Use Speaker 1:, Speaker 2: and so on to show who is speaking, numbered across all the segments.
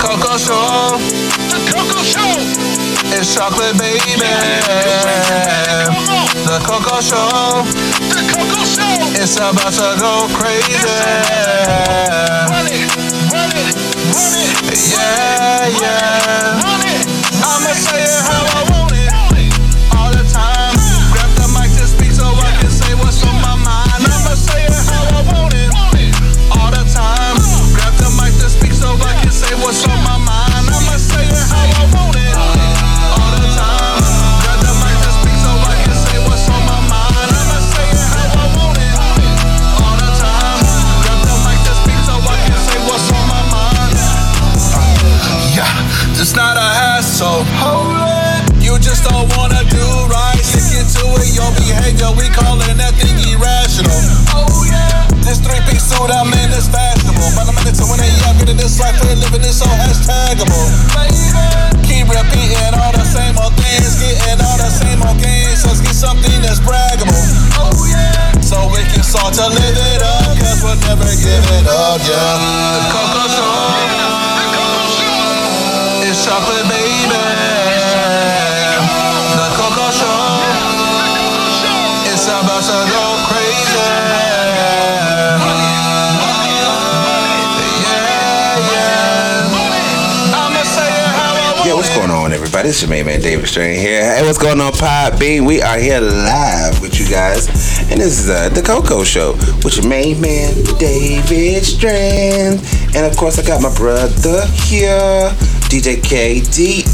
Speaker 1: Coco Show.
Speaker 2: The Coco Show.
Speaker 1: It's chocolate, baby. Um, The Coco Show.
Speaker 2: The Coco Show.
Speaker 1: It's about to go crazy.
Speaker 2: Run it, run it, run it,
Speaker 1: Yeah, yeah.
Speaker 2: run it.
Speaker 1: I'ma say it how I want it. All the time. Grab the mic to speak so I can say what's on my mind. I'ma say it how I want it. All the time. Grab the mic to speak so I can say what's on my mind. I'ma say it how I want it. All the time. Grab the mic to speak so I can say what's on my mind. I'ma say it how I want it. All the time. Grab the mic to speak so I can say what's on my mind. Yeah, just not a hassle. Hold it. You just don't wanna do right. Stick into it, your behavior. We calling that thing irrational. Oh yeah. This three piece suit I'm in is fashionable. But I'm in it to win it, y'all get in this life. We're living it so hashtagable. Baby. Keep repeating all the same old things. Getting all the same old games. Let's get something that's braggable. Oh yeah. So we can start to live it up. Cause we'll never give it up, yeah. Coco Show. It's chocolate, baby. The Coco Show. It's about to go crazy. Yeah, yeah. I'ma say it how I want
Speaker 3: Yeah, what's
Speaker 1: it.
Speaker 3: going on, everybody? It's your main man, David Strain here. Hey, what's going on, Pod B? We are here live with you guys, and this is uh, the Coco Show with your main man, David Strain, and of course, I got my brother here, DJ KDS.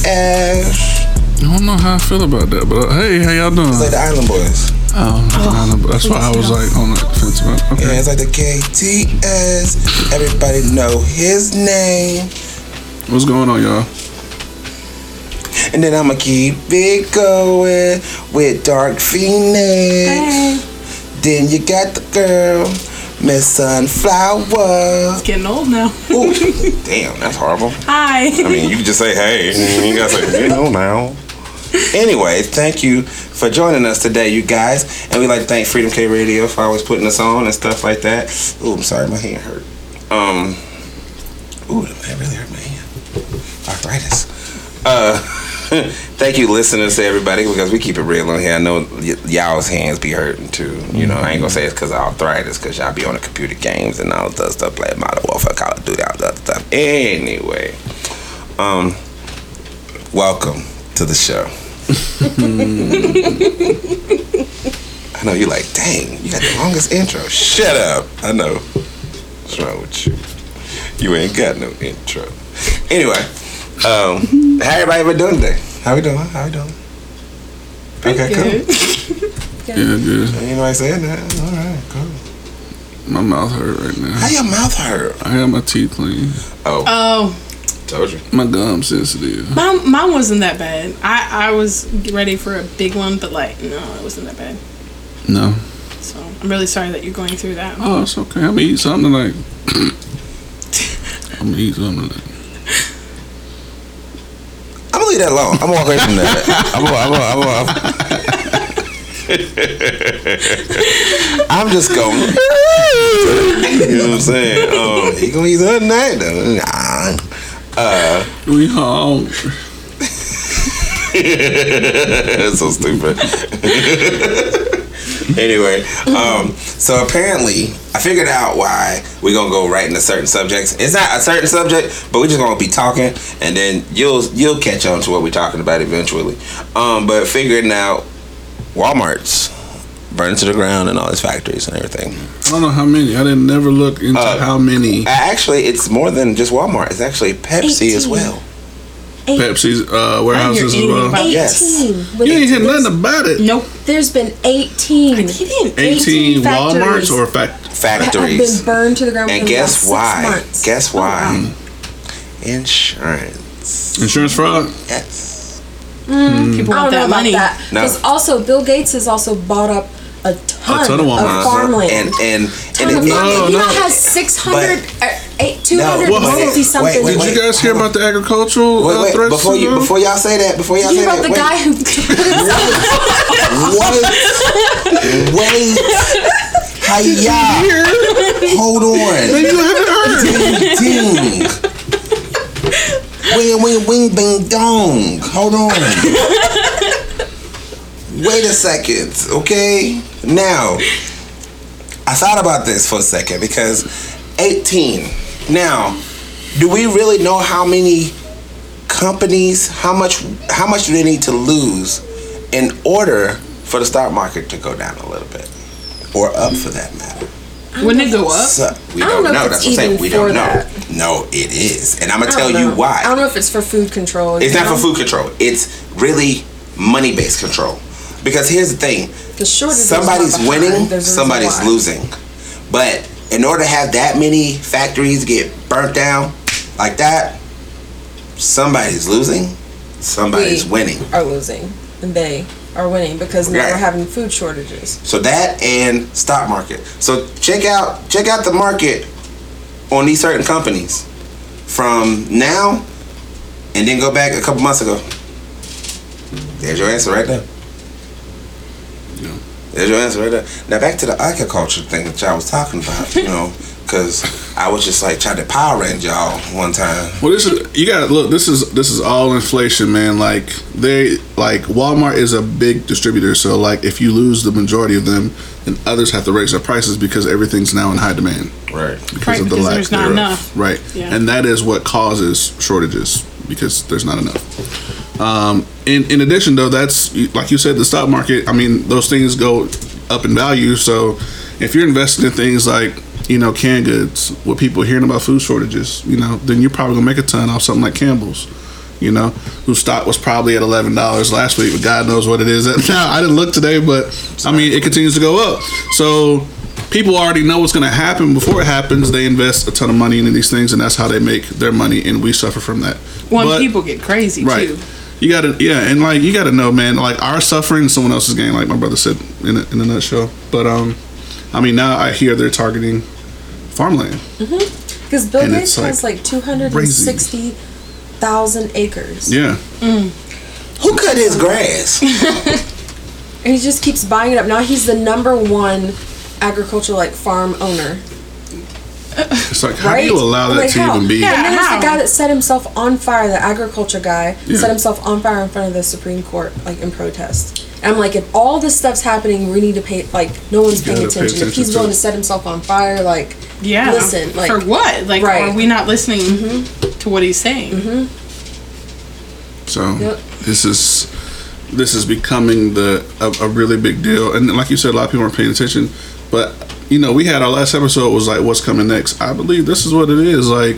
Speaker 4: I don't know how I feel about that, but uh, hey, how y'all doing?
Speaker 3: It's like the Island Boys.
Speaker 4: Oh, I don't know, but that's why I was like on the fence about.
Speaker 3: Yeah,
Speaker 4: Okay,
Speaker 3: it's like the KTS. Everybody know his name.
Speaker 4: what's going on, y'all?
Speaker 3: And then I'ma keep it going with Dark Phoenix. Then you got the girl, Miss Sunflower.
Speaker 5: Getting old now.
Speaker 3: Ooh, damn, that's horrible.
Speaker 5: Hi.
Speaker 3: I mean, you can just say hey. Mm-hmm. You gotta say you know now. Anyway, thank you for joining us today, you guys. And we like to thank Freedom K Radio for always putting us on and stuff like that. Ooh, I'm sorry, my hand hurt. Um, ooh, that really hurt my hand. Arthritis. Uh, thank you, listeners, to everybody, because we keep it real on here. I know y- y'all's hands be hurting too. You know, I ain't gonna say it's because of arthritis, because y'all be on the computer games and all that stuff, playing Modern Warfare, Call of Duty, all that stuff. Anyway, um, welcome to the show. I know you're like, dang, you got the longest intro. Shut up. I know. What's wrong with you? You ain't got no intro. Anyway, um, how everybody been doing today? How we doing? How we doing? okay, cool.
Speaker 4: Yeah, good.
Speaker 3: Ain't nobody saying that. All right, cool.
Speaker 4: My mouth hurt right
Speaker 3: How
Speaker 4: now.
Speaker 3: your mouth hurt?
Speaker 4: I had my teeth clean.
Speaker 3: Oh,
Speaker 5: Oh,
Speaker 3: told you.
Speaker 4: My gum sensitive.
Speaker 5: mine, mine wasn't that bad. I, I was ready for a big one, but like, no, it wasn't that bad.
Speaker 4: No.
Speaker 5: So I'm really sorry that you're going through that.
Speaker 4: Oh, it's okay. I'm gonna eat something tonight. I'm gonna eat something tonight.
Speaker 3: I'm gonna leave that alone. I'm gonna walk away from that. I'm gonna, I'm gonna, I'm gonna, I'm, I'm just going. you know what I'm saying? Um, he gonna eat that night though. Nah.
Speaker 4: We home.
Speaker 3: That's so stupid. anyway, um, so apparently I figured out why we're gonna go right into certain subjects. It's not a certain subject, but we're just gonna be talking, and then you'll you'll catch on to what we're talking about eventually. Um, but figuring out WalMarts burning to the ground and all these factories and everything.
Speaker 4: I don't know how many. I didn't never look into
Speaker 3: Uh,
Speaker 4: how many
Speaker 3: Uh, Actually, it's more than just Walmart. It's actually Pepsi as
Speaker 6: 18.
Speaker 3: well.
Speaker 4: Pepsi's uh, warehouses as
Speaker 5: eating
Speaker 4: well.
Speaker 5: about-
Speaker 6: Eighteen.
Speaker 3: Yes.
Speaker 6: With
Speaker 4: You ain't hear
Speaker 6: this.
Speaker 4: nothing about it.
Speaker 5: Nope.
Speaker 6: There's been eighteen.
Speaker 5: kidding.
Speaker 4: 18 Walmarts
Speaker 6: factories
Speaker 4: or fact.
Speaker 6: that have
Speaker 3: Factories.
Speaker 6: been burned to the ground.
Speaker 3: And
Speaker 6: within the
Speaker 3: guess
Speaker 6: last
Speaker 3: why?
Speaker 6: Six months. Oh,
Speaker 3: Guess why?
Speaker 6: wow.
Speaker 3: Insurance.
Speaker 4: Insurance fraud.
Speaker 3: Yes.
Speaker 5: People
Speaker 6: I
Speaker 5: want
Speaker 6: don't
Speaker 5: that
Speaker 6: know about
Speaker 5: money.
Speaker 6: that.
Speaker 3: No.
Speaker 6: Because also, Bill Gates has also bought up a ton,
Speaker 4: ton of
Speaker 6: of,
Speaker 5: Uh-huh.
Speaker 4: Walmarts.
Speaker 6: farmland.
Speaker 3: Uh, And and
Speaker 6: Ton
Speaker 3: and
Speaker 6: of
Speaker 3: it-
Speaker 6: farmland.
Speaker 4: No,
Speaker 6: He
Speaker 4: no.
Speaker 6: now has 600,
Speaker 3: But-
Speaker 6: uh, eight- 260
Speaker 4: wait,
Speaker 6: something.
Speaker 3: wait,
Speaker 4: Did
Speaker 3: wait.
Speaker 4: you guys hear about the agricultural
Speaker 3: Wait,
Speaker 4: uh,
Speaker 3: wait,
Speaker 4: threats?
Speaker 3: before
Speaker 4: to
Speaker 3: you
Speaker 4: them?
Speaker 3: before y'all say that, before y'all
Speaker 6: You
Speaker 3: say that,
Speaker 6: about the
Speaker 3: wait,
Speaker 6: guy who
Speaker 3: wait, wait, hiya, hold on,
Speaker 4: you haven't heard.
Speaker 3: ding, ding. wing, wing, wing, bing, dong. Hold on. Wait a second, okay? Now, I thought about this for a second because 18. Now, do we really know how many companies, how much, how much do they need to lose in order for the stock market to go down a little bit, or up for that matter?
Speaker 5: Wouldn't it go up?
Speaker 3: So, we
Speaker 6: I
Speaker 3: don't,
Speaker 6: don't
Speaker 3: know.
Speaker 6: know if
Speaker 3: That's
Speaker 6: it's
Speaker 3: what I'm saying.
Speaker 6: even
Speaker 3: We don't
Speaker 6: for
Speaker 3: know.
Speaker 6: that.
Speaker 3: No, it is, and I'm gonna
Speaker 6: I don't
Speaker 3: tell you
Speaker 6: know.
Speaker 3: why.
Speaker 6: I don't know if it's for food control.
Speaker 3: It's
Speaker 6: you
Speaker 3: not for
Speaker 6: know?
Speaker 3: food control. It's really money based control. Because here's the thing:
Speaker 6: 'Cause shortage is not
Speaker 3: somebody's
Speaker 6: behind.
Speaker 3: winning,
Speaker 6: There's a reason
Speaker 3: somebody's
Speaker 6: why.
Speaker 3: losing. But in order to have that many factories get burnt down like that, somebody's losing, somebody's
Speaker 6: We
Speaker 3: winning.
Speaker 6: Are losing, and they are winning because now
Speaker 3: Right.
Speaker 6: we're having food shortages.
Speaker 3: So that and stock market. So check out check out the market on these certain companies from now, and then go back a couple months ago. There's your answer right there. There's your answer right there. Now back to the agriculture thing that y'all was talking about, you know, because I was just like trying to power rank y'all one time.
Speaker 4: Well, this is you got to look. This is this is all inflation, man. Like they like Walmart is a big distributor, so like if you lose the majority of them, then others have to raise their prices because everything's now in high demand
Speaker 3: Right.
Speaker 4: because
Speaker 5: Right,
Speaker 4: of the
Speaker 5: because
Speaker 4: lack
Speaker 5: there's not
Speaker 4: thereof.
Speaker 5: enough.
Speaker 4: Right,
Speaker 5: Yeah.
Speaker 4: and that is what causes shortages because there's not enough. Um, in in addition, though, that's like you said, the stock market. I mean, those things go up in value. So if you're investing in things like you know canned goods, with people hearing about food shortages, you know, then you're probably gonna make a ton off something like Campbell's. You know, whose stock was probably at eleven dollars last week, but God knows what it is at now. I didn't look today, but I mean, it continues to go up. So people already know what's going to happen before it happens. They invest a ton of money into these things, and that's how they make their money. And we suffer from that.
Speaker 5: When
Speaker 4: But-
Speaker 5: people get crazy
Speaker 4: right?
Speaker 5: too.
Speaker 4: You gotta, yeah, and like you gotta know, man. Like our suffering, is someone else's gain. Like my brother said in a, in a nutshell. But um, I mean, now I hear they're targeting farmland.
Speaker 6: Because Bill
Speaker 4: And
Speaker 6: Gates
Speaker 4: it's, like,
Speaker 6: has like two hundred and sixty thousand acres,
Speaker 4: Yeah,
Speaker 3: Who cut his grass?
Speaker 6: and he just keeps buying it up. Now he's the number one agricultural like farm owner.
Speaker 4: it's like how do you
Speaker 6: Right?
Speaker 4: allow that
Speaker 6: Like,
Speaker 4: to
Speaker 6: how?
Speaker 4: even be?
Speaker 5: Yeah.
Speaker 6: And then there's
Speaker 5: how?
Speaker 6: the guy that set himself on fire, the agriculture guy,
Speaker 4: Yeah.
Speaker 6: set himself on fire in front of the Supreme Court, like in protest. And I'm like, if all this stuff's happening, we need to pay. Like, no one's
Speaker 4: You
Speaker 6: paying
Speaker 4: gotta pay
Speaker 6: attention. If
Speaker 4: attention
Speaker 6: he's
Speaker 4: to
Speaker 6: willing
Speaker 4: it.
Speaker 6: to set himself on fire, like,
Speaker 5: Yeah.
Speaker 6: listen, like,
Speaker 5: for what? Like,
Speaker 6: right. Mm-hmm.
Speaker 5: are we not listening to what he's saying?
Speaker 4: So
Speaker 6: Yep.
Speaker 4: this is this is becoming the a, a really big deal, and like you said, a lot of people aren't paying attention. But you know, we had our last episode was like, "What's coming next?" I believe this is what it is. Like,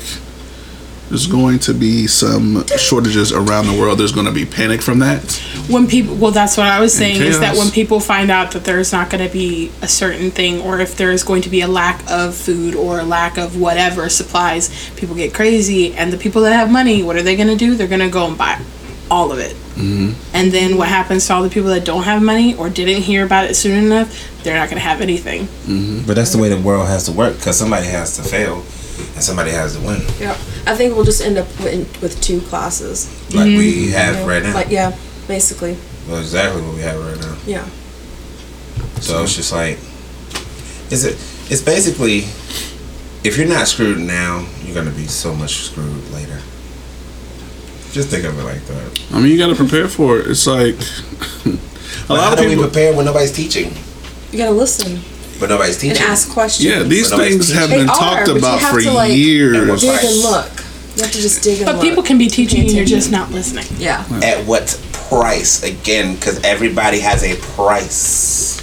Speaker 4: there's going to be some shortages around the world. There's going to be panic from that.
Speaker 5: when people well that's what i was saying is that
Speaker 4: chaos.
Speaker 5: when people find out that there's not going to be a certain thing or if there's going to be a lack of food or a lack of whatever supplies people get crazy and the people that have money what are they going to do they're going to go and buy all of it and then what happens to all the people that don't have money or didn't hear about it soon enough they're not going to have anything
Speaker 3: But that's the way the world has to work because somebody has to fail and somebody has to win.
Speaker 6: yeah. I think we'll just end up with, with two classes.
Speaker 3: Like we have
Speaker 6: you know?
Speaker 3: right now.
Speaker 6: Like, Mm-hmm. yeah, basically,
Speaker 3: well, exactly what we have right now.
Speaker 6: yeah.
Speaker 3: So it's just like, is it? It's basically, if you're not screwed now, you're gonna be so much screwed later. Just think of it like that.
Speaker 4: I mean, you got to prepare for it. It's like a
Speaker 3: But
Speaker 4: lot of
Speaker 3: how do we
Speaker 4: people.
Speaker 3: prepare when nobody's teaching?
Speaker 6: You gotta listen
Speaker 3: But nobody's teaching.
Speaker 6: and ask questions.
Speaker 4: Yeah, these
Speaker 3: But nobody's
Speaker 4: things have
Speaker 6: They
Speaker 4: been
Speaker 6: are,
Speaker 4: talked
Speaker 6: but you
Speaker 4: about
Speaker 6: have
Speaker 4: for
Speaker 6: to, like,
Speaker 3: And
Speaker 4: years.
Speaker 3: what's
Speaker 6: dig and
Speaker 3: price?
Speaker 6: look. You have to just dig and
Speaker 5: but
Speaker 6: look.
Speaker 5: people can be teaching you you're just not listening
Speaker 6: yeah.
Speaker 3: At what price? Again, because everybody has a price.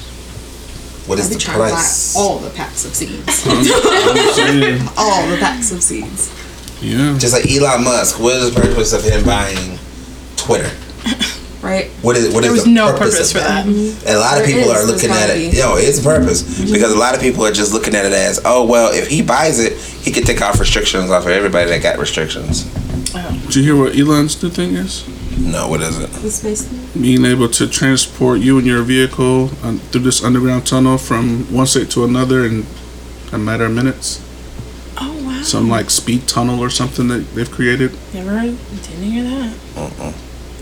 Speaker 3: What is
Speaker 6: I'll be
Speaker 3: the
Speaker 6: trying to buy
Speaker 3: price?
Speaker 6: all the packs of seeds.
Speaker 4: Yeah.
Speaker 6: all the packs of seeds.
Speaker 4: yeah.
Speaker 3: Just like Elon Musk, what is the purpose of him buying Twitter?
Speaker 6: Right?
Speaker 3: What is what is
Speaker 5: there was
Speaker 3: the
Speaker 5: no
Speaker 3: purpose,
Speaker 5: purpose
Speaker 3: of
Speaker 5: for that
Speaker 3: And a lot of
Speaker 6: There
Speaker 3: people
Speaker 6: is,
Speaker 3: are looking
Speaker 6: there's
Speaker 3: at
Speaker 6: gotta
Speaker 3: it.
Speaker 6: be.
Speaker 3: You know, it's purpose
Speaker 5: Mm-hmm.
Speaker 3: because a lot of people are just looking at it as, oh well, if he buys it, he could take off restrictions off of everybody that got restrictions.
Speaker 4: Did you hear what Elon's new thing is?
Speaker 3: No, what is it?
Speaker 6: This basically.
Speaker 4: being able to transport you and your vehicle um, through this underground tunnel from one state to another in a matter of minutes.
Speaker 5: oh wow
Speaker 4: Some like speed tunnel or something that they've created.
Speaker 5: never heard didn't hear that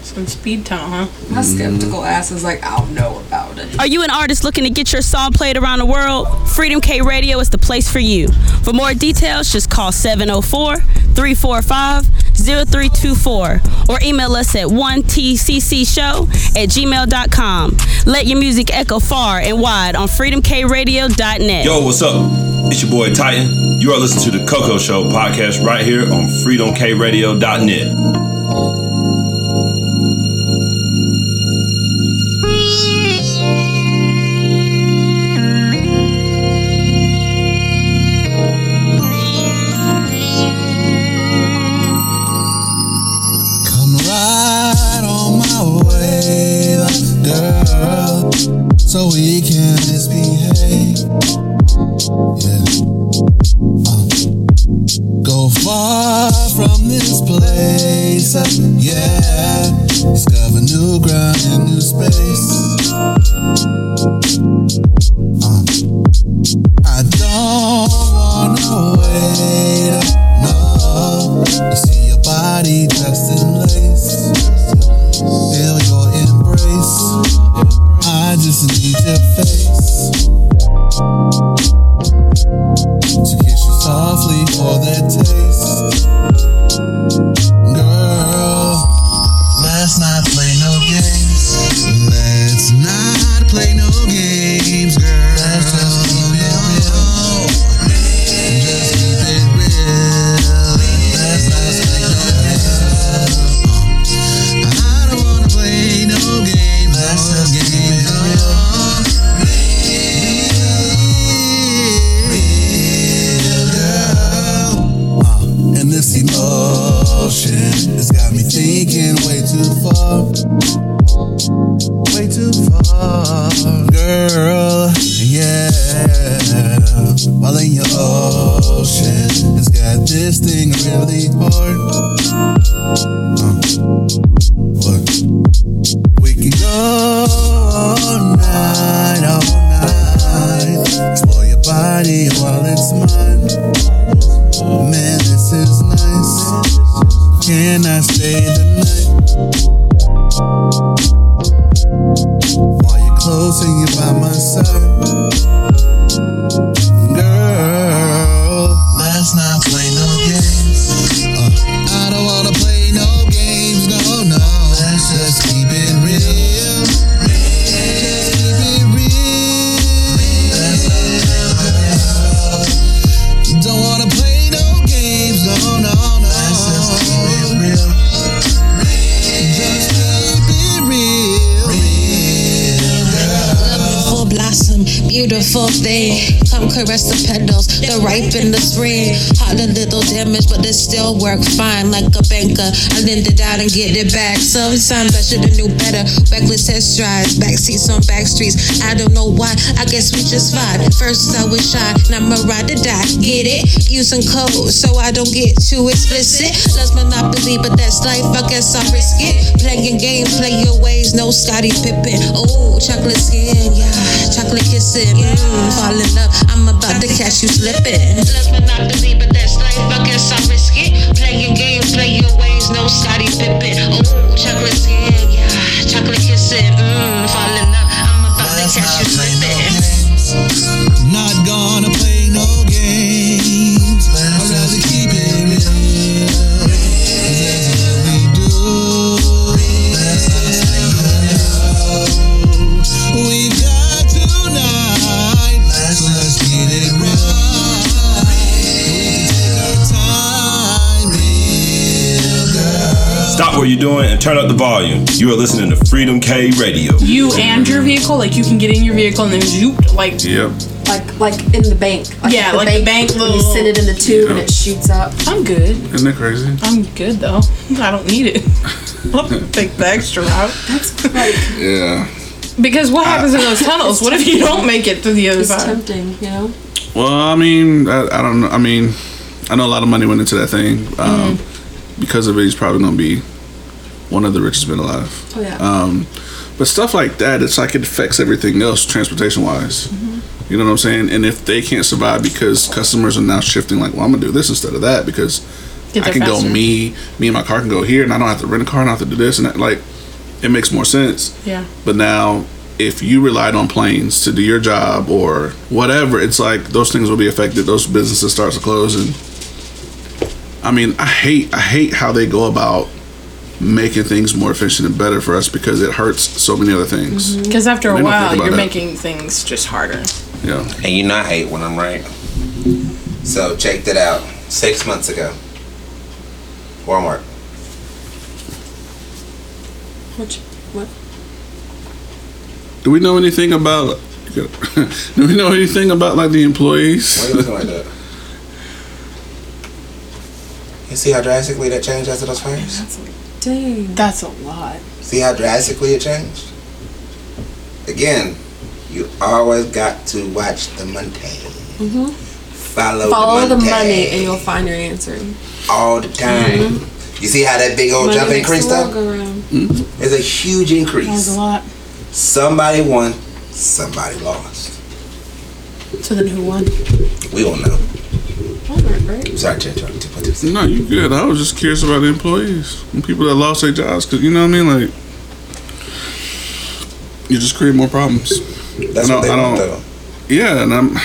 Speaker 5: some speed tunnel huh
Speaker 6: My
Speaker 3: Mm-hmm.
Speaker 6: skeptical ass is like, I don't know about it.
Speaker 7: Are you an artist looking to get your song played around the world? Freedom K oh Radio is the place for you. For more details, just call 704 345 0324 or email us at 1tccshow at gmail.com. Let your music echo far and wide on freedomkradio.net.
Speaker 8: Yo, what's up? It's your boy Titan. You are listening to the Coco Show podcast right here on freedomkradio.net.
Speaker 1: Come ride on my wave, girl, so we can misbehave. Yeah. Uh, Go far from this place, uh, yeah. Discover new ground and new space. Uh, I don't wanna wait, uh, no. To see your body dressed in lace, feel your embrace. I just need your face to kiss you softly for that taste, girl. Let's not play no games. Let's not play no games, girl. Let's just keep it real. Just keep it real. Let's not play no games. I don't wanna play no games. Let's just keep it real. Real, girl. And this emotion has got me thinking way too far. Way too far, girl. Yeah. While in your ocean, it's got this thing really hard. Uh, look. We can go all night, all night. Explore your body while it's mine. Man, this is nice. Can I stay the night? While you're close and you're by my side. Girl, let's not play no games. Uh, I don't wanna play no games, no, no. Let's just keep it real. Just keep it real. Let's not play no games. Don't wanna play no games, no, no, no. Just keep it real. Just keep it real.
Speaker 9: Full blossom, beautiful thing. Come caress the petals, the ripe in the spring. Hot a little damage, but it still work fine like a banker. I lend it out and get it back. Sometimes I should have knew better. Reckless test drives, back seats on back streets. I don't know why. I guess we just vibe. First I was shy, now I'm a ride or die. Get it? Use some code, so I don't get too explicit. Love's monopoly, but that's life. I guess I risk it. Playing games, play your ways. No Scotty Pippin. Oh, chocolate skin, yeah. Chocolate kissing, mm, fall in love. I'm about to catch you slipping. Love's monopoly, but that's life. I guess I risk it. Playing games, play your ways. No Scotty Pippin. Oh, chocolate skin, yeah. Chocolate kissing, mm, fall in love. I'm about to
Speaker 1: Let's
Speaker 9: catch
Speaker 1: not
Speaker 9: you
Speaker 1: play no
Speaker 9: slipping.
Speaker 1: games. Not gonna play no games. I'd rather keep it real. 'Cause that's what we do. Let's not play no games. We've got tonight. So let's get it right. We can take our time, real girl.
Speaker 8: Stop what you're doing and turn up the volume. You are listening to Freedom K Radio.
Speaker 5: You and your vehicle, like you can get in your vehicle and then zoop, like
Speaker 4: Yep.
Speaker 6: Like like in the bank.
Speaker 5: Yeah, like the bank
Speaker 6: when
Speaker 5: little-
Speaker 6: You send it in the tube and it shoots up.
Speaker 5: I'm good.
Speaker 4: Isn't that crazy?
Speaker 6: Um,
Speaker 5: I'm good though. I don't need it. I'll take the extra route.
Speaker 4: Yeah.
Speaker 5: Because what happens in those tunnels? What if you don't make it to the other
Speaker 6: It's
Speaker 5: side?
Speaker 6: tempting, you know.
Speaker 4: Well, I mean, I, I don't know. I mean, I know a lot of money went into that thing. Um,
Speaker 5: Mm-hmm.
Speaker 4: Because of it, he's probably going to be one of the richest men alive.
Speaker 6: Oh yeah.
Speaker 4: Um, but stuff like that, it's like it affects everything else transportation wise.
Speaker 5: Mm-hmm.
Speaker 4: You know what I'm saying? And if they can't survive because customers are now shifting, like, well, I'm going to do this instead of that because
Speaker 5: Get
Speaker 4: I
Speaker 5: there
Speaker 4: can
Speaker 5: faster.
Speaker 4: go me, me and my car can go here, and I don't have to rent a car, and I don't have to do this, and that. like, it makes more sense.
Speaker 5: Yeah.
Speaker 4: But now, if you relied on planes to do your job or whatever, it's like those things will be affected. Those businesses start to close, and I mean, I hate I hate how they go about making things more efficient and better for us because it hurts so many other things.
Speaker 5: Because after
Speaker 4: They
Speaker 5: a
Speaker 4: don't think
Speaker 5: while,
Speaker 4: about
Speaker 5: you're
Speaker 4: that.
Speaker 5: making things just harder.
Speaker 4: Yeah.
Speaker 3: And you know I hate when I'm right. So check that out. Six months ago. Walmart.
Speaker 6: Which, what?
Speaker 4: Do we know anything about? Do we know anything about like the employees?
Speaker 3: Why are you looking like that? You see how drastically that changed after those fires?
Speaker 6: Dang.
Speaker 5: That's a lot.
Speaker 3: See how drastically it changed? Again, you always got to watch the money. Follow,
Speaker 6: Mm-hmm.
Speaker 3: the
Speaker 6: Follow the
Speaker 3: money, Oh,
Speaker 6: money and you'll find your answer.
Speaker 3: all the time. You see how that big old jump
Speaker 6: Money makes the
Speaker 3: increased
Speaker 6: world
Speaker 3: though?
Speaker 6: go round.
Speaker 3: It's a huge
Speaker 5: That was
Speaker 3: increase.
Speaker 5: a lot.
Speaker 3: Somebody won, somebody lost.
Speaker 5: So then who won?
Speaker 3: We don't know.
Speaker 6: Walmart, right?
Speaker 3: Sorry, Jen, trying to put this in.
Speaker 4: No, you good. I was just curious about the employees and people that lost their jobs because you know what I mean. Like, you just create more problems.
Speaker 3: That's
Speaker 4: I
Speaker 3: what they
Speaker 4: don't- I
Speaker 3: want
Speaker 4: don't-
Speaker 3: though.
Speaker 4: Yeah, and I'm.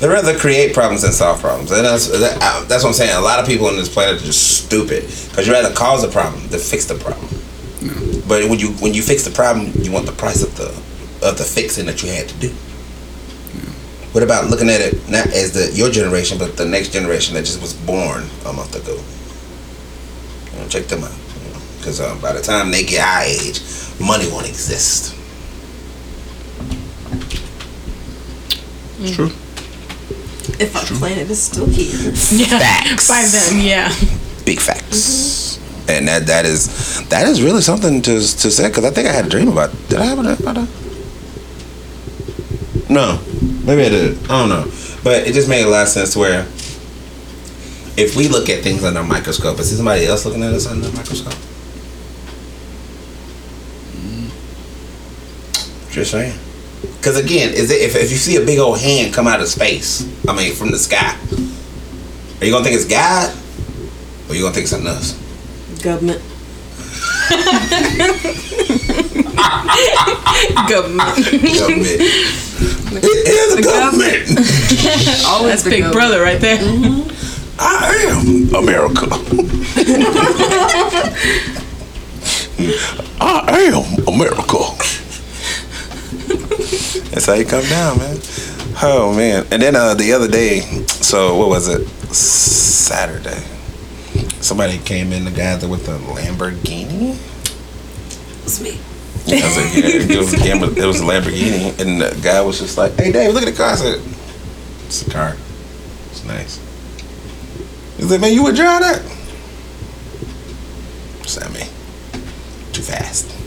Speaker 3: They rather create problems than solve problems, and that's that, uh, that's what I'm saying. A lot of people on this planet are just stupid because you rather cause a problem than fix the problem. But when you when you fix the problem, you want the price of the of the fixing that you had to do. What about looking at it not as the your generation, but the next generation that just was born a month ago? You know, check them out, because um, by the time they get our age, money won't exist.
Speaker 4: It's true.
Speaker 6: If our planet is still here.
Speaker 5: Yeah.
Speaker 3: Facts.
Speaker 5: By them, yeah.
Speaker 3: big facts. And that that is that is really something to to say because I think I had a dream about. Did I have a about a? No, maybe I did. I don't know, but it just made a lot of sense. Where if we look at things under a microscope, is somebody else looking at us under a microscope? Just saying. Because again, is it if, if you see a big old hand come out of space? I mean, from the sky, are you gonna think it's God? Or you gonna think something else?
Speaker 6: Government.
Speaker 5: Government.
Speaker 3: Government. it is a government.
Speaker 5: That's Big Brother right there.
Speaker 3: I am America. I am America. That's how you come down, man. Oh man! And then uh, the other day, so what was it? Saturday. Somebody came in the guy that with the Lamborghini.
Speaker 6: It's me.
Speaker 3: I was like, yeah, it was a camera, it was a Lamborghini, and the guy was just like, "Hey, Dave, look at the car." I said, "It's a car. It's nice." He's like, "Man, you would drive that?" I said, "I mean, too fast.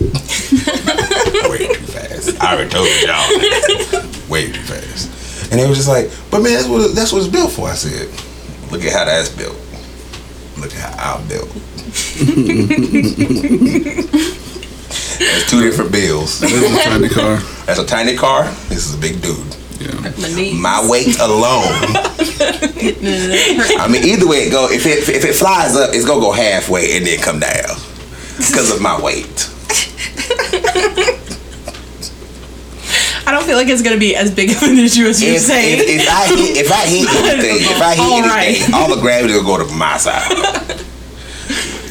Speaker 3: Way too fast. I already told y'all. that. Way too fast." And they was just like, "But man, that's what that's what it's built for." I said, "Look at how that's built. Look at how I'm built." That's two different bills.
Speaker 4: There's a tiny car.
Speaker 3: That's a tiny car. This is a big dude.
Speaker 4: Yeah.
Speaker 5: My knee.
Speaker 3: My weight alone. I mean, either way it go, if it if it flies up, it's gonna go halfway and then come down because of my weight.
Speaker 5: I don't feel like it's gonna be as big of an issue as you're
Speaker 3: If,
Speaker 5: saying.
Speaker 3: if, if I hit if I hit anything, if I hit
Speaker 5: All right.
Speaker 3: anything, all the gravity will go to my side.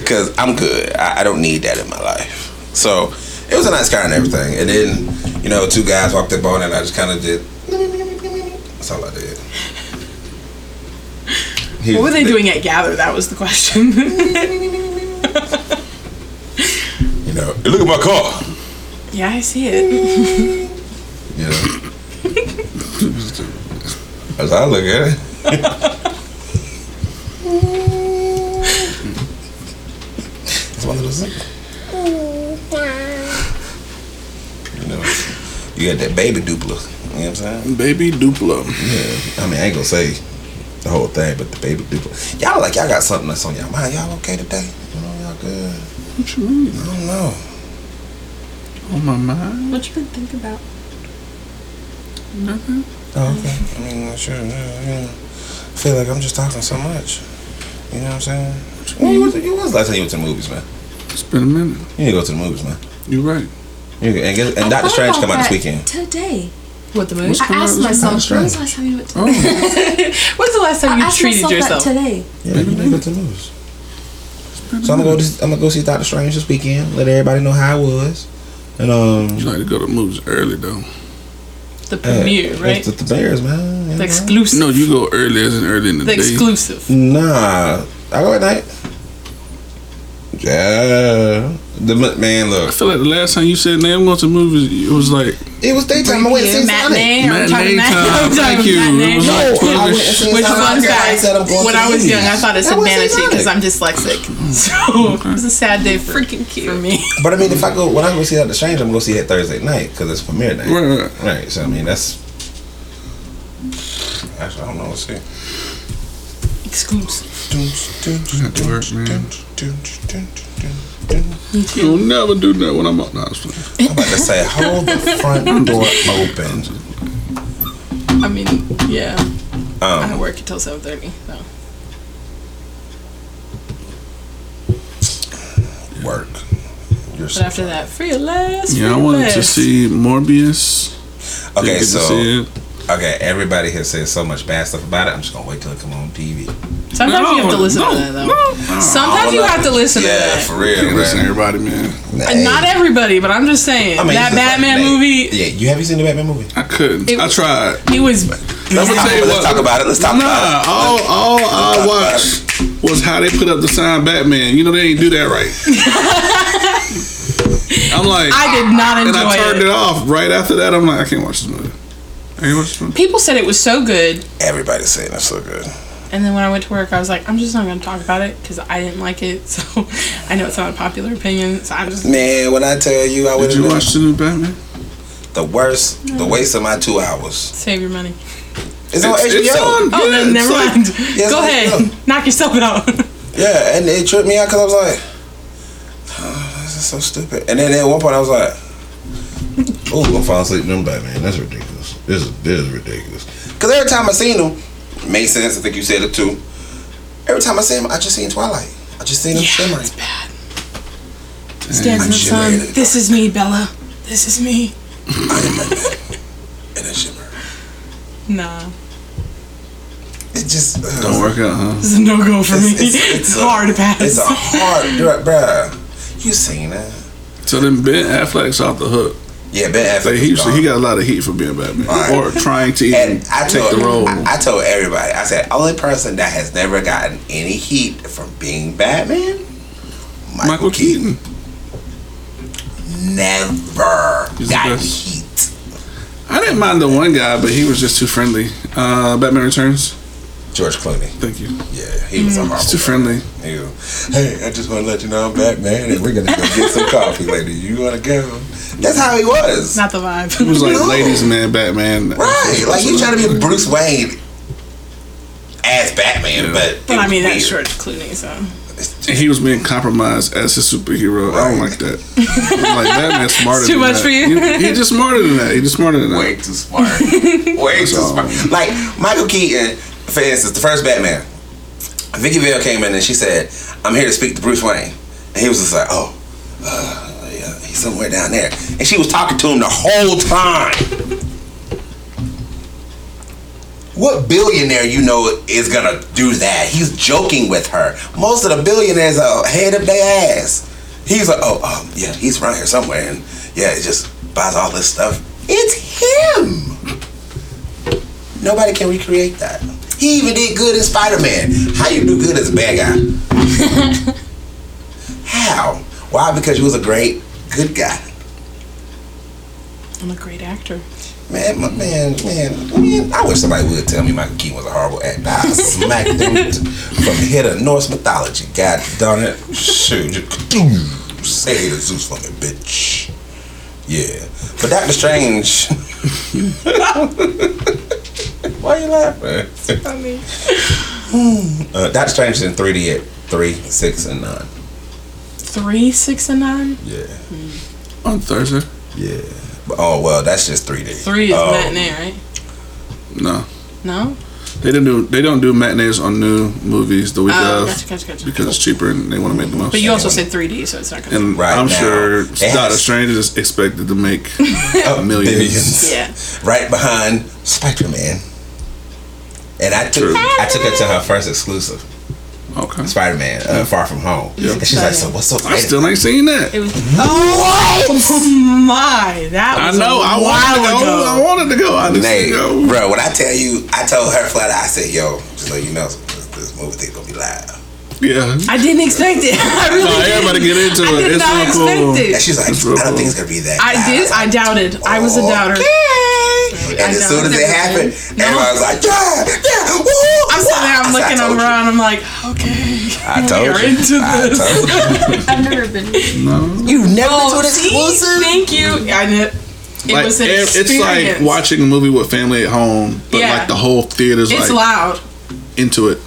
Speaker 3: Cause I'm good. I, I don't need that in my life. So it was a nice car and everything. And then you know, two guys walked up on it, and I just kind of did. That's all I did.
Speaker 5: what were they doing at Gather? That was the question.
Speaker 3: You know, look at my car.
Speaker 5: yeah, I see it.
Speaker 3: You know. As I look at it. It's one of those things. You know, you got that baby dupla. You know what I'm saying?
Speaker 4: Baby Duplo.
Speaker 3: Yeah. I mean, I ain't gonna say the whole thing, but the baby dupla. Y'all like y'all got something that's on y'all mind. Y'all okay today? You know, y'all good.
Speaker 4: What you reading?
Speaker 3: I don't know.
Speaker 4: On my mind?
Speaker 6: What you been thinking about?
Speaker 3: Oh, okay. I mean, sure. Yeah, yeah. I feel like I'm just talking so much. You know what I'm saying? When you was, you was last time you went to the movies, man.
Speaker 4: It's been a minute.
Speaker 3: You need to go to the movies, man.
Speaker 4: You're right.
Speaker 3: You, and get, and
Speaker 6: I
Speaker 3: Doctor
Speaker 6: thought
Speaker 3: Strange
Speaker 6: about
Speaker 3: come out this
Speaker 6: that
Speaker 3: weekend.
Speaker 6: Today. What the mood?
Speaker 5: I asked myself,
Speaker 4: That's right.
Speaker 5: when was the last time you went to
Speaker 4: Oh,
Speaker 5: When's the last time
Speaker 6: I
Speaker 5: you
Speaker 6: asked
Speaker 5: treated
Speaker 6: myself
Speaker 5: yourself?
Speaker 6: that today.
Speaker 3: Yeah, you got to lose. So I'm gonna go. I'm gonna go see Doctor Strange this weekend. Let everybody know how it was. And um,
Speaker 4: you like to go to movies early though.
Speaker 5: The premiere,
Speaker 3: uh,
Speaker 5: right?
Speaker 3: It's the, the Bears, man. You
Speaker 5: the
Speaker 3: know?
Speaker 5: exclusive.
Speaker 4: No, you go early as in early in the,
Speaker 5: the
Speaker 4: day.
Speaker 5: exclusive.
Speaker 3: Nah, I go at night. Yeah, the m- man.
Speaker 4: I
Speaker 3: Look,
Speaker 4: feel like the last time you said, "Man, I'm going to movies," it was like
Speaker 3: it was daytime. I went and
Speaker 5: Yeah,
Speaker 3: seen Sonic.
Speaker 5: matinee. I'm talking
Speaker 4: matinee
Speaker 5: matinee.
Speaker 4: time.
Speaker 5: I'm
Speaker 4: Thank
Speaker 5: talking
Speaker 4: you. It
Speaker 5: matinee.
Speaker 4: was
Speaker 3: No,
Speaker 4: like
Speaker 3: I went and
Speaker 4: twelve.
Speaker 3: seen
Speaker 5: Which
Speaker 3: Sonic. I
Speaker 5: fun fact,
Speaker 3: said I'm going
Speaker 5: when
Speaker 3: to
Speaker 5: I was
Speaker 3: the
Speaker 5: young, I
Speaker 3: movies.
Speaker 5: thought it
Speaker 3: That
Speaker 5: said
Speaker 3: was
Speaker 5: manatee because
Speaker 3: Sonic.
Speaker 5: I'm dyslexic. So it was a sad day for, freaking cute. for me.
Speaker 3: But I mean, if I go when I go see Doctor Strange, I'm gonna see that Thursday night because it's premiere night.
Speaker 4: Right, right.
Speaker 3: Right. So I mean, that's. Actually, I don't know. Let's see.
Speaker 5: Exclusive.
Speaker 4: At work, man. You'll never do that when I'm up. Nah, it's fine.
Speaker 3: I'm about to say, hold the front door open.
Speaker 5: I mean, yeah. I
Speaker 3: Um,
Speaker 5: work until 7.30. So.
Speaker 3: work. You're so
Speaker 5: But after that, free at last.
Speaker 4: Yeah, I
Speaker 5: free at
Speaker 4: wanted to
Speaker 5: last.
Speaker 4: see Morbius. Didn't
Speaker 3: okay.
Speaker 4: get to see
Speaker 3: So
Speaker 4: it.
Speaker 3: okay, everybody has said so much bad stuff about it. I'm just gonna wait till it come on TV.
Speaker 5: Sometimes you have
Speaker 4: No,
Speaker 5: to listen
Speaker 4: no,
Speaker 5: to that, though.
Speaker 4: no, no.
Speaker 5: Sometimes you have to listen to
Speaker 3: Yeah,
Speaker 5: that.
Speaker 3: for real,
Speaker 4: Can't listen to
Speaker 3: man.
Speaker 4: everybody, man.
Speaker 5: And Not everybody, but I'm just saying. that Batman movie,
Speaker 3: Yeah, you have you seen the Batman movie?
Speaker 4: I couldn't.
Speaker 5: It
Speaker 4: I
Speaker 5: was-
Speaker 4: tried.
Speaker 5: he was.
Speaker 3: Let's,
Speaker 4: I'ma
Speaker 3: talk,
Speaker 4: tell you
Speaker 3: let's
Speaker 4: what.
Speaker 3: talk about it. Let's talk
Speaker 4: Nah,
Speaker 3: about it.
Speaker 4: Ah, all all I watched was how they put up the sign Batman. You know they ain't do that right. I'm like,
Speaker 5: I did not
Speaker 4: and
Speaker 5: enjoy
Speaker 4: I turned
Speaker 5: it.
Speaker 4: it. off right after that. I'm like, I can't watch this movie. I can't watch this movie.
Speaker 5: People said it was so good,
Speaker 3: Everybody's saying that's so good.
Speaker 5: and then when I went to work, I was like, I'm just not going to talk about it because I didn't like it. So I know it's not a popular opinion. So I'm just.
Speaker 3: Man, when I tell you, I would
Speaker 4: Did you watch the new Batman?
Speaker 3: the worst, the
Speaker 5: Mm.
Speaker 3: waste of my two hours.
Speaker 5: Save your money.
Speaker 3: It's, on HBO.
Speaker 5: Oh,
Speaker 4: yeah,
Speaker 5: then never
Speaker 4: it's like-
Speaker 5: mind.
Speaker 3: Yeah,
Speaker 5: Go
Speaker 3: it's
Speaker 5: ahead.
Speaker 3: on.
Speaker 5: Knock yourself out.
Speaker 3: Yeah, and it tripped me out because I was like, oh, this is so stupid. And then at one point I was like, oh, I'm gonna fall asleep in Batman. That's ridiculous. This is, this is ridiculous. Because every time I seen him, made sense. I think you said it too. Every time I see him, I just seen Twilight. I just seen him
Speaker 5: yeah,
Speaker 3: shimmering.
Speaker 5: it's bad. Stands in the sun.
Speaker 3: shivering.
Speaker 5: This is me, Bella. This is me.
Speaker 3: I am Batman. and then shimmer.
Speaker 5: Nah,
Speaker 3: It just uh,
Speaker 4: Don't work out, huh?
Speaker 5: this is a no go for me.
Speaker 3: It's,
Speaker 5: It's,
Speaker 3: it's, a-
Speaker 5: hard to pass.
Speaker 3: It's uh, a hard, dri- bruh. You seen that?
Speaker 4: So then Ben Affleck's off the hook.
Speaker 3: Yeah, Ben Affleck.
Speaker 4: Like he,
Speaker 3: was gone.
Speaker 4: he got a lot of heat for being Batman
Speaker 3: Right.
Speaker 4: or trying to even
Speaker 3: And I
Speaker 4: take
Speaker 3: told,
Speaker 4: the role.
Speaker 3: I, I told everybody, I said, only person that has never gotten any heat from being Batman, Michael,
Speaker 4: Michael
Speaker 3: Keaton.
Speaker 4: Keaton.
Speaker 3: Never
Speaker 4: He's the
Speaker 3: got
Speaker 4: best.
Speaker 3: heat.
Speaker 4: I didn't mind the one guy, but he was just too friendly. Uh, Batman Returns.
Speaker 3: George Clooney.
Speaker 4: Thank you.
Speaker 3: Yeah, he was a horrible.
Speaker 4: It's too friendly.
Speaker 3: guy. He was, Hey, I just want to let you know I'm Batman, and we're gonna go get some coffee later. You wanna go? That's how he was.
Speaker 5: Not the vibe.
Speaker 4: He was like
Speaker 3: No.
Speaker 4: ladies man, Batman.
Speaker 3: Right? Like you trying to be Bruce Wayne as Batman, but
Speaker 5: But
Speaker 3: it
Speaker 5: I
Speaker 3: was
Speaker 5: mean, that's
Speaker 3: weird.
Speaker 5: George Clooney, so.
Speaker 4: And he was being compromised as his superhero. I don't
Speaker 3: Right.
Speaker 4: like that. I'm like Batman's smarter.
Speaker 5: It's too
Speaker 4: than
Speaker 5: much
Speaker 4: that.
Speaker 5: for you?
Speaker 4: He, he just smarter than that. He just smarter than that.
Speaker 3: way too smart. way too smart. Like Michael Keaton, for instance, the first Batman. Vicky Vale came in and she said, "I'm here to speak to Bruce Wayne," and he was just like, "Oh, uh, yeah, he's somewhere down there," and she was talking to him the whole time. What billionaire you know is gonna do that? He's joking with her. Most of the billionaires are head up their ass. He's like, oh, um, yeah, he's around here somewhere, and yeah, it just buys all this stuff. It's him. Nobody can recreate that. He even did good in Spider Man. How you do good as a bad guy? How? Why? Because you was a great, good guy.
Speaker 5: I'm a great actor.
Speaker 3: Man, my man, man, man, I wish somebody would tell me Michael Keaton was a horrible actor. I smacked him t- from head of Norse mythology. God darn it. Shoot. just Say the Zeus fucking bitch. Yeah. But Doctor Strange. Why you laughing? Uh, Doctor Strange is in 3D at 3, 6, and 9.
Speaker 5: Three, six, and nine?
Speaker 3: Yeah.
Speaker 4: On Thursday?
Speaker 3: Yeah. But, oh, well, that's just 3D.
Speaker 5: Three is
Speaker 3: Oh,
Speaker 5: matinee, right?
Speaker 4: No,
Speaker 5: No?
Speaker 4: they didn't do. They don't do matinees on new movies the week
Speaker 5: Oh,
Speaker 4: of
Speaker 5: gotcha, gotcha, gotcha.
Speaker 4: because it's cheaper and they want to make the most.
Speaker 5: But you also said 3D, so it's not going to
Speaker 4: and
Speaker 3: Right
Speaker 4: I'm
Speaker 3: now,
Speaker 4: sure
Speaker 3: they
Speaker 4: Doctor
Speaker 3: have-
Speaker 4: Strange is expected to make
Speaker 3: oh,
Speaker 4: millions.
Speaker 3: billions.
Speaker 5: Yeah.
Speaker 3: right behind Spider Man. And I took
Speaker 4: True.
Speaker 3: I took her to her first exclusive
Speaker 4: Okay.
Speaker 3: Spider Man, uh, Far From Home. And she's like, so what's up?
Speaker 4: I still ain't seen that.
Speaker 5: It was Oh my, that
Speaker 4: I
Speaker 5: was
Speaker 4: know. I wanted to go. I wanted to go. I just
Speaker 3: Nay,
Speaker 4: didn't go.
Speaker 3: bro, when I tell you, I told her flat out, I said, yo, just so you know, this, this movie thing gonna be live.
Speaker 4: Yeah.
Speaker 5: I didn't expect it. I really
Speaker 4: No, everybody get into
Speaker 5: I
Speaker 4: it.
Speaker 5: did
Speaker 4: It's
Speaker 5: not
Speaker 4: real cool.
Speaker 5: expect
Speaker 3: And
Speaker 5: it.
Speaker 3: she's like,
Speaker 4: That's real
Speaker 3: I don't
Speaker 4: cool.
Speaker 3: think it's gonna be that.
Speaker 5: I did. I doubted. I was a
Speaker 4: Oh,
Speaker 5: doubter.
Speaker 3: Okay. And
Speaker 5: I
Speaker 3: as soon as
Speaker 5: doubted
Speaker 3: it happened,
Speaker 5: everything. No.
Speaker 3: everybody was like, yeah, yeah, woo!
Speaker 5: I'm sitting there,
Speaker 3: I
Speaker 5: I'm
Speaker 3: said,
Speaker 5: looking
Speaker 3: "I told you."
Speaker 5: around, I'm like, okay.
Speaker 3: I told
Speaker 5: We're
Speaker 3: you.
Speaker 5: into
Speaker 3: I
Speaker 5: this.
Speaker 3: told you.
Speaker 6: I've never been.
Speaker 4: No.
Speaker 3: You never
Speaker 5: Oh,
Speaker 3: do this
Speaker 5: see?
Speaker 3: exclusive.
Speaker 5: Thank you. I knew. It
Speaker 4: Like,
Speaker 5: was an
Speaker 4: it- it's like
Speaker 5: experience.
Speaker 4: watching a movie with family at home, but
Speaker 5: Yeah.
Speaker 4: like the whole theater's
Speaker 5: It's
Speaker 4: like
Speaker 5: loud.
Speaker 4: into it.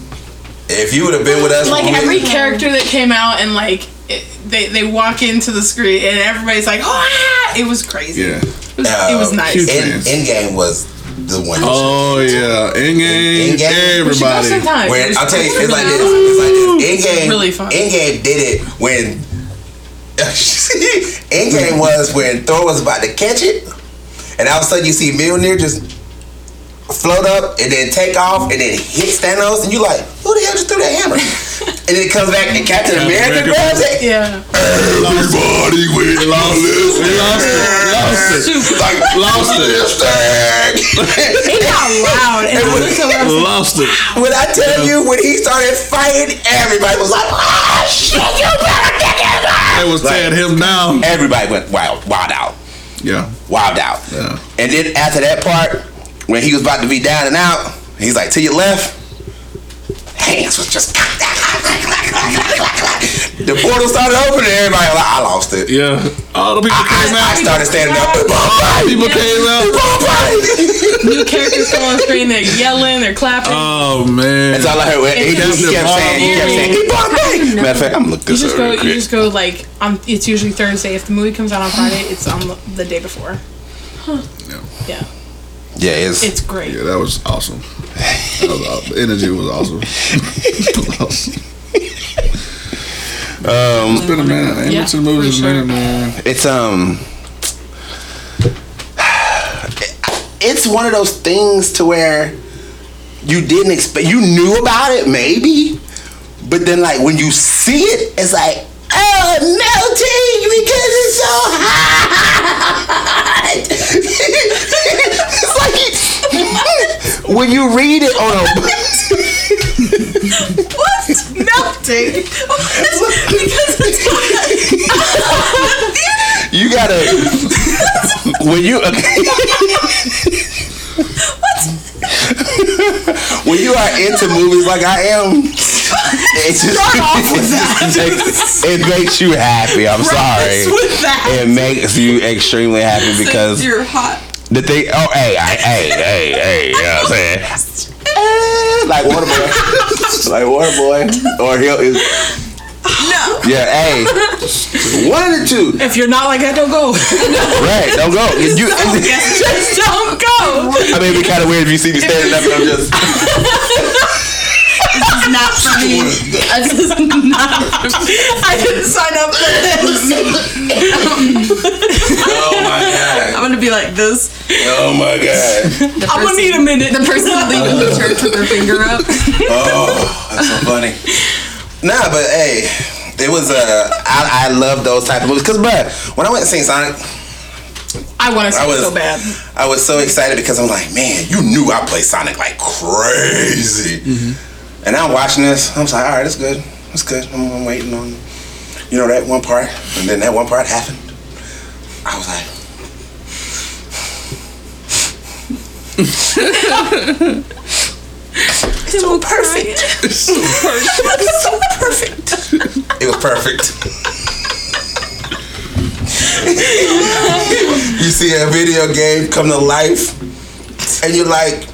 Speaker 3: If you would have been with us,
Speaker 5: Like
Speaker 3: when we-
Speaker 5: every character that came out and like it, they they walk into the screen and everybody's like, ah! It was crazy.
Speaker 4: Yeah.
Speaker 5: It was,
Speaker 3: Uh,
Speaker 5: it was nice.
Speaker 4: huge
Speaker 3: in,
Speaker 4: fans.
Speaker 3: Endgame was the one.
Speaker 4: Oh yeah,
Speaker 3: Endgame.
Speaker 4: Endgame,
Speaker 5: We should go
Speaker 4: everybody.
Speaker 5: sometime.
Speaker 3: When
Speaker 5: It was-
Speaker 3: I'll tell you,
Speaker 5: it was
Speaker 3: it's like
Speaker 5: really
Speaker 3: this.
Speaker 5: nice.
Speaker 3: It's like this. Endgame.
Speaker 5: Really fun.
Speaker 3: Endgame did it when. Endgame was when Thor was about to catch it, and all of a sudden you see Mjolnir just float up and then take off and then hit Thanos, and you like, who the hell just threw that hammer? and then it comes back and Captain America
Speaker 4: America.
Speaker 3: grabs it.
Speaker 5: Yeah.
Speaker 3: Everybody went lost it.
Speaker 4: We lost it. Lost it.
Speaker 3: Like
Speaker 4: Lost it.
Speaker 3: this thing.
Speaker 5: It got loud. And I looked over, I was like,
Speaker 4: Lost it.
Speaker 3: When I tell you, when he started fighting, everybody was like, "Ah, shit, you better get him out!"
Speaker 4: They was
Speaker 3: Like,
Speaker 4: tearing him down.
Speaker 3: Everybody went wild, wild out,
Speaker 4: Yeah.
Speaker 3: wild out.
Speaker 4: Yeah.
Speaker 3: And then after that part, when he was about to be down and out, he's like, "To your left." Hands was just the portal started opening. Everybody was like, "I lost it."
Speaker 4: Yeah. All the people came
Speaker 3: I, I
Speaker 4: out.
Speaker 3: started standing up.
Speaker 4: People came out.
Speaker 5: new characters come on screen, they're yelling, they're clapping.
Speaker 4: Oh man.
Speaker 3: That's all I heard. He, he kept
Speaker 4: It's
Speaker 3: saying, he kept saying, he bought me. Matter of fact, I'm looking
Speaker 5: you
Speaker 3: this
Speaker 5: just
Speaker 3: up
Speaker 5: go.
Speaker 3: real
Speaker 5: You
Speaker 3: quick.
Speaker 5: just go like on. It's usually Thursday. If the movie comes out on Friday, it's on the- the day before. Yeah,
Speaker 3: Yeah, it's
Speaker 5: it's great.
Speaker 4: Yeah, that was awesome. That was awesome. The energy was awesome. um, it's been a minute. I ain't
Speaker 5: Yeah,
Speaker 4: been to the movies
Speaker 5: for
Speaker 4: in a
Speaker 5: sure.
Speaker 4: minute, man.
Speaker 3: it's um it's one of those things to where you didn't expect you knew about it maybe but then like when you see it it's like oh it's melting because it's so hot it's like when you read it on a
Speaker 6: What's melting? because it's
Speaker 3: you gotta when you okay when you are into movies like I am, it just it, makes, it makes you happy. I'm sorry.
Speaker 5: With that,
Speaker 3: It makes you extremely happy because
Speaker 6: you're hot.
Speaker 3: the thing. Oh, hey, I, hey, hey, hey. You know what I'm saying? Eh, Like Waterboy, like Waterboy, or he'll. No. Yeah, hey. One of the two.
Speaker 5: if you're not like that, don't go.
Speaker 3: Right, don't go. You,
Speaker 5: Just don't go.
Speaker 3: I mean, it'd be kind of weird if you see me standing up and I'm just.
Speaker 5: Not for me. This is not. For me. I didn't sign up for this.
Speaker 3: Oh my god.
Speaker 6: I'm gonna be like this.
Speaker 3: Oh my god.
Speaker 5: I'm gonna need a minute.
Speaker 6: The person leaving the church with their finger up.
Speaker 3: Oh, that's so funny. Nah, but hey, it was uh, I, I love those type of movies because, bruh, when I went and seen Sonic,
Speaker 5: I want to see
Speaker 3: I
Speaker 5: it
Speaker 3: was
Speaker 5: so bad.
Speaker 3: I was so excited because I'm like, man, you knew I played Sonic like crazy.
Speaker 5: Mm-hmm.
Speaker 3: And I'm watching this. I'm just like, all right, it's good. It's good. I'm, I'm waiting on, you know, that one part. And then that one part happened. I was like,
Speaker 6: It's so perfect.
Speaker 3: It was perfect. you see a video game come to life, and you're like,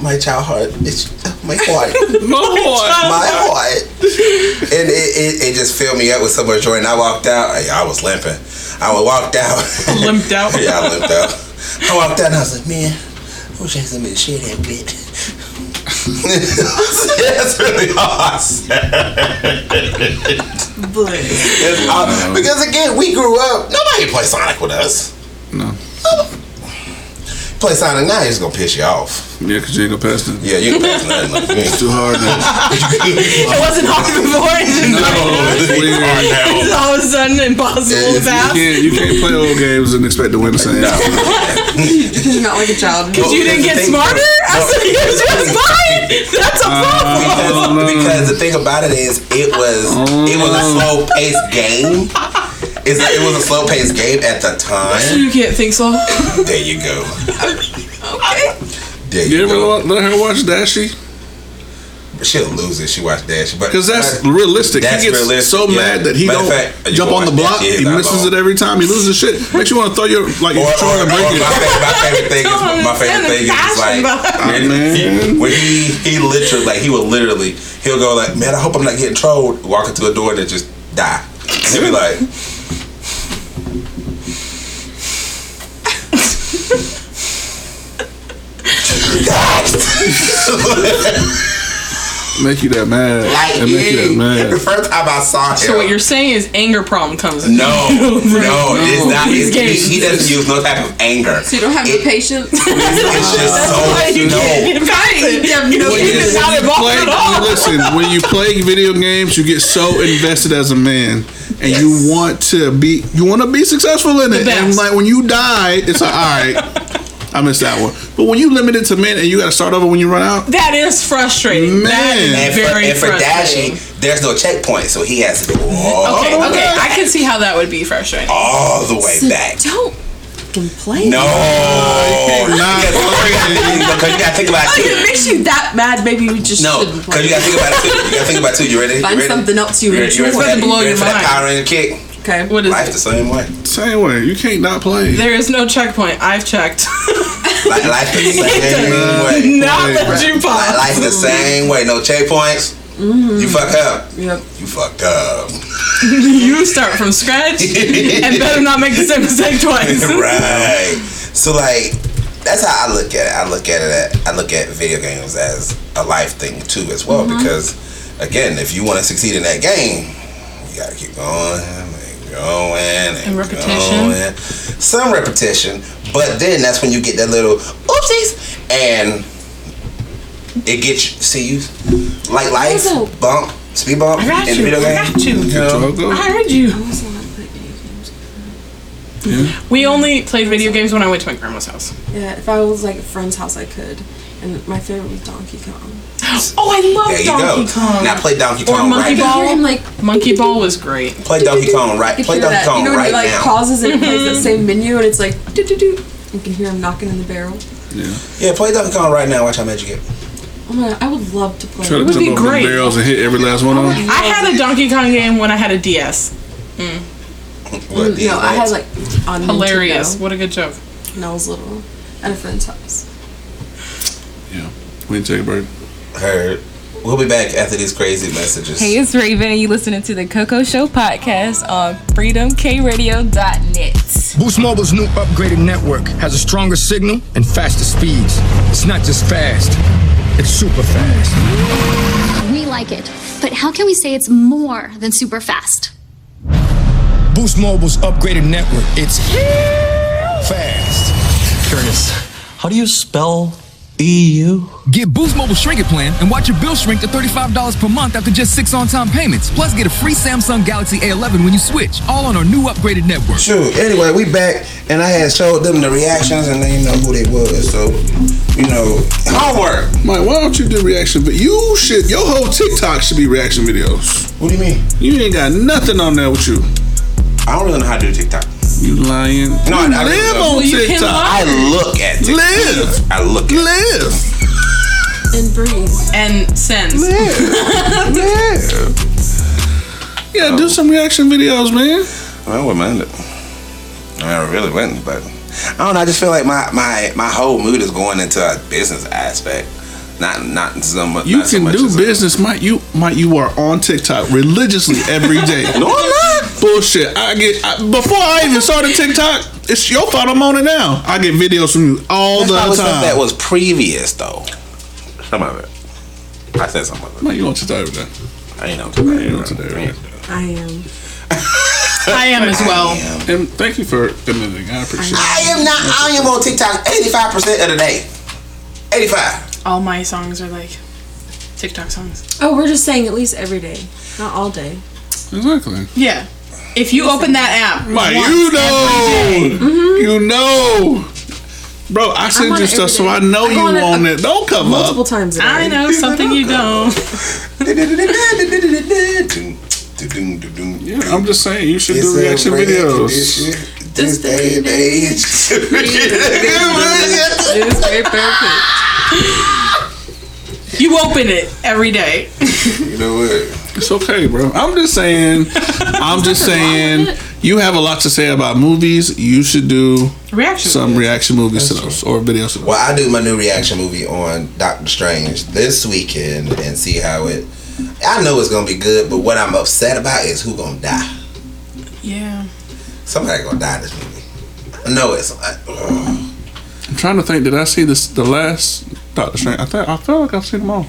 Speaker 3: my child heart, it's my heart, my heart, and it, it, it just filled me up with so much joy. And I walked out. I, I was limping. I walked out.
Speaker 5: Limped out.
Speaker 3: yeah, I limped out. I walked out, and I was like, man, I wish I had something to share that with. That's really awesome. Uh, because again, we grew up. Nobody played Sonic with us.
Speaker 4: No.
Speaker 3: Play Sonic now, he's gonna piss you off.
Speaker 4: Yeah, because you ain't gonna pass them.
Speaker 3: Yeah, you ain't pass nothing like me.
Speaker 4: It's too hard now.
Speaker 5: It wasn't hard before. It's just like,
Speaker 4: It's weird.
Speaker 5: it's all of a sudden impossible to
Speaker 4: If you,
Speaker 5: pass.
Speaker 4: can't, you can't play old games and expect to win the same.
Speaker 6: Because you're not like a child.
Speaker 3: Well,
Speaker 5: You didn't
Speaker 3: that's the thing.
Speaker 5: get smarter? I said you was just lying. That's a problem.
Speaker 4: Uh,
Speaker 3: Because, because the thing about it is, it was it was a
Speaker 4: Oh.
Speaker 3: slow paced game. It's like it was a slow paced game at the time.
Speaker 5: you can't think so.
Speaker 3: There you go. There you
Speaker 4: You ever
Speaker 3: go.
Speaker 4: wa- let her watch Dashy?
Speaker 3: She'll lose it. She watched Dash, but
Speaker 4: Because that's realistic.
Speaker 3: That's
Speaker 4: he gets
Speaker 3: realistic,
Speaker 4: so
Speaker 3: yeah.
Speaker 4: mad that he
Speaker 3: Matter of
Speaker 4: don't
Speaker 3: fact, you
Speaker 4: jump
Speaker 3: go
Speaker 4: on the
Speaker 3: watch
Speaker 4: block.
Speaker 3: that shit,
Speaker 4: He
Speaker 3: that
Speaker 4: misses
Speaker 3: ball.
Speaker 4: it every time. He loses shit. Makes you want to throw your like
Speaker 3: Or,
Speaker 4: your
Speaker 3: or, or
Speaker 4: controller and
Speaker 3: my,
Speaker 4: break
Speaker 3: favorite,
Speaker 4: it.
Speaker 3: my favorite thing is my favorite thing is like when,
Speaker 4: Man.
Speaker 3: when he he literally like he would literally he'll go like man I hope I'm not getting trolled walk into a door and then just die and he'll be like
Speaker 4: Make you that mad.
Speaker 3: like
Speaker 4: And make you that
Speaker 3: the
Speaker 4: mad.
Speaker 3: first time I saw him
Speaker 5: So what you're saying is anger problem comes. in.
Speaker 3: no no it's not
Speaker 5: He's
Speaker 3: it's, he, he
Speaker 5: gay.
Speaker 3: doesn't use no type of anger
Speaker 6: So you don't have
Speaker 3: It-
Speaker 6: the patience.
Speaker 3: it's just so no
Speaker 5: Right. You know,
Speaker 4: When
Speaker 5: he
Speaker 4: you-
Speaker 5: did
Speaker 4: when
Speaker 5: not
Speaker 4: you
Speaker 5: involve
Speaker 4: play-
Speaker 5: at all.
Speaker 4: Listen, when you play video games, you get so invested as a man, and you want to be you want to be successful in it. And
Speaker 5: best.
Speaker 4: like when you die, it's like all right, I missed that one. But when you limit it to men and you got to start over when you run out,
Speaker 5: That is frustrating. That
Speaker 4: Man.
Speaker 5: is
Speaker 3: and for,
Speaker 5: very
Speaker 3: and for
Speaker 5: frustrating.
Speaker 3: Dashie there's no checkpoint so he has to go all,
Speaker 5: Okay,
Speaker 4: Oh,
Speaker 5: okay,
Speaker 4: yeah.
Speaker 5: I can see how that would be frustrating.
Speaker 3: all the way back
Speaker 6: don't fucking play.
Speaker 3: No,
Speaker 4: not
Speaker 3: because you gotta think about
Speaker 6: Like, it
Speaker 3: it.
Speaker 6: makes you that mad. Maybe you just
Speaker 3: Too. No,
Speaker 6: shouldn't
Speaker 3: because
Speaker 6: play.
Speaker 3: you gotta think about it. Too. You gotta think about it too. You ready? You
Speaker 6: Find
Speaker 3: ready?
Speaker 6: something else you
Speaker 3: You ready, you ready
Speaker 6: enjoy.
Speaker 3: for that?
Speaker 5: to blow
Speaker 3: you ready
Speaker 5: your
Speaker 3: for that
Speaker 5: mind.
Speaker 3: Power Ranger kick?
Speaker 6: Okay.
Speaker 5: What is
Speaker 3: Life
Speaker 5: it?
Speaker 3: the same way.
Speaker 4: same way you can't not play.
Speaker 5: There is no checkpoint. I've checked.
Speaker 3: Like life the same way.
Speaker 5: not let you
Speaker 3: Like
Speaker 5: pop.
Speaker 3: life the same way. No checkpoints. You fuck up.
Speaker 6: Yep.
Speaker 3: You fucked up.
Speaker 5: You start from scratch and better not make the same mistake twice.
Speaker 3: right. So like that's how I look at it. I look at it. At, I look at video games as a life thing too, as well.
Speaker 5: Mm-hmm.
Speaker 3: Because again, if you want to succeed in that game, you gotta keep going and going and,
Speaker 5: And repetition.
Speaker 3: going. Some repetition, but then that's when you get that little oopsies and it gets you. See you like life
Speaker 6: Hazel.
Speaker 3: bump, speed bump
Speaker 5: I got
Speaker 3: in the
Speaker 5: you.
Speaker 3: video
Speaker 5: I
Speaker 3: game.
Speaker 5: got you.
Speaker 4: So go.
Speaker 5: I heard you. We only played video games when I went to my grandma's house.
Speaker 6: Yeah, if I was like a friend's house, I could. And my favorite was Donkey Kong.
Speaker 5: Oh, I love
Speaker 3: There you
Speaker 5: Donkey
Speaker 3: go.
Speaker 5: Kong.
Speaker 3: Now play Donkey
Speaker 5: Or
Speaker 3: Kong
Speaker 5: Monkey
Speaker 3: right
Speaker 6: You
Speaker 3: now.
Speaker 5: Ball.
Speaker 6: hear him like
Speaker 5: Monkey Ball was great.
Speaker 3: Play Donkey Kong right.
Speaker 6: you
Speaker 3: Play
Speaker 6: hear
Speaker 3: Donkey
Speaker 6: that.
Speaker 3: Kong
Speaker 6: you know when
Speaker 3: right
Speaker 6: he like
Speaker 3: now.
Speaker 6: pauses and plays
Speaker 5: Mm-hmm.
Speaker 6: that same menu, and it's like do do do. You can hear him knocking in the barrel.
Speaker 3: Yeah, play Donkey Kong right now. Watch how mad you get.
Speaker 6: Oh my god, I would love to play.
Speaker 4: Try to
Speaker 5: would
Speaker 4: jump
Speaker 5: be
Speaker 4: over
Speaker 5: great.
Speaker 4: the barrels and hit every last one of them.
Speaker 5: I had a Donkey Kong game when I had a DS.
Speaker 3: What, these
Speaker 6: No, I had
Speaker 3: days?
Speaker 6: like on
Speaker 5: Hilarious.
Speaker 6: Nintendo
Speaker 5: What a good joke.
Speaker 6: when I was little at a friend's house.
Speaker 4: Yeah, we can take a break.
Speaker 3: heard. We'll be back after these crazy messages.
Speaker 10: Hey, it's Raven, and you listening to the Coco Show podcast on freedomkradio.net.
Speaker 11: Boost Mobile's new upgraded network has a stronger signal and faster speeds. It's not just fast, it's super fast.
Speaker 12: We like it, but how can we say it's more than super fast?
Speaker 11: Boost Mobile's upgraded network, it's fast.
Speaker 2: Curious, how do you spell E EU?
Speaker 11: Get Boost Mobile Shrink It plan and watch your bill shrink to $35 per month after just six on-time payments. Plus, get a free Samsung Galaxy A11 when you switch, all on our new upgraded network.
Speaker 3: Shoot. Anyway, we back, and I had showed them the reactions, and they know who they was. So, you know, homework.
Speaker 4: Mike, why don't you do reaction? But you should. Your whole TikTok should be reaction videos.
Speaker 3: What do you mean?
Speaker 4: You ain't got nothing on there with you.
Speaker 3: I don't really know how to do TikTok.
Speaker 4: You lying.
Speaker 3: No, I-
Speaker 4: you
Speaker 3: I
Speaker 4: live
Speaker 3: don't know.
Speaker 4: on
Speaker 5: Well, you can
Speaker 4: TikTok.
Speaker 3: I look at TikTok.
Speaker 4: Live.
Speaker 3: I look at.
Speaker 4: Live.
Speaker 6: And breathe.
Speaker 5: And sends.
Speaker 4: Yeah. yeah. Yeah, do some reaction videos, man.
Speaker 3: I wouldn't mind it. I really wouldn't, but I don't know. I just feel like my my my whole mood is going into a business aspect, not not so much.
Speaker 4: You
Speaker 3: not so
Speaker 4: can
Speaker 3: much
Speaker 4: do
Speaker 3: as a-
Speaker 4: business, Mike. You, Mike, you are on TikTok religiously every day.
Speaker 3: No, I'm not.
Speaker 4: Bullshit. I get I, before I even started TikTok. It's your fault I'm on it now. I get videos from you all
Speaker 3: That's probably
Speaker 4: the
Speaker 3: stuff
Speaker 4: time.
Speaker 3: that was previous though. Some of it. I said some of it.
Speaker 4: Mike, you on TikTok every day?
Speaker 3: I ain't know today.
Speaker 4: ain't on today, right?
Speaker 6: I am.
Speaker 5: I am as well.
Speaker 4: And thank you for admitting. I appreciate it.
Speaker 3: I am not. I am on TikTok 85% of the day. 85.
Speaker 5: All my songs are like TikTok songs.
Speaker 6: Oh, we're just saying at least every day, not all day.
Speaker 4: Exactly.
Speaker 5: Yeah. If you open that app,
Speaker 4: My,
Speaker 5: once
Speaker 4: you know,
Speaker 5: every day-
Speaker 4: you know, bro. I
Speaker 5: Mm-hmm. I'm
Speaker 4: send
Speaker 5: on
Speaker 4: you
Speaker 5: it
Speaker 4: stuff,
Speaker 5: every
Speaker 4: so
Speaker 5: day.
Speaker 4: I know
Speaker 5: I'm
Speaker 4: you
Speaker 5: on it,
Speaker 4: on
Speaker 5: uh,
Speaker 4: it. Don't come up
Speaker 5: multiple
Speaker 6: times.
Speaker 5: a I day. know something you don't.
Speaker 4: Yeah, I'm just saying you should
Speaker 3: It's
Speaker 4: do
Speaker 3: a
Speaker 4: reaction
Speaker 3: rare
Speaker 4: videos.
Speaker 3: condition. This day and age.
Speaker 5: It is very perfect. You open it every day.
Speaker 4: You know what? It's okay, bro. I'm just saying. I'm just saying. You have a lot to say about movies. You should do
Speaker 5: Reaction
Speaker 4: some reaction movies to those or videos. To those.
Speaker 3: Well, I do my new reaction movie on Doctor Strange this weekend and see how it. I know it's gonna be good, but what I'm upset about is who gonna die.
Speaker 5: Yeah.
Speaker 3: Somebody gonna die in this movie. I know it's. I, ugh.
Speaker 4: I'm trying to think. Did I see this? The last Doctor Strange. I thought I felt like I've seen them all.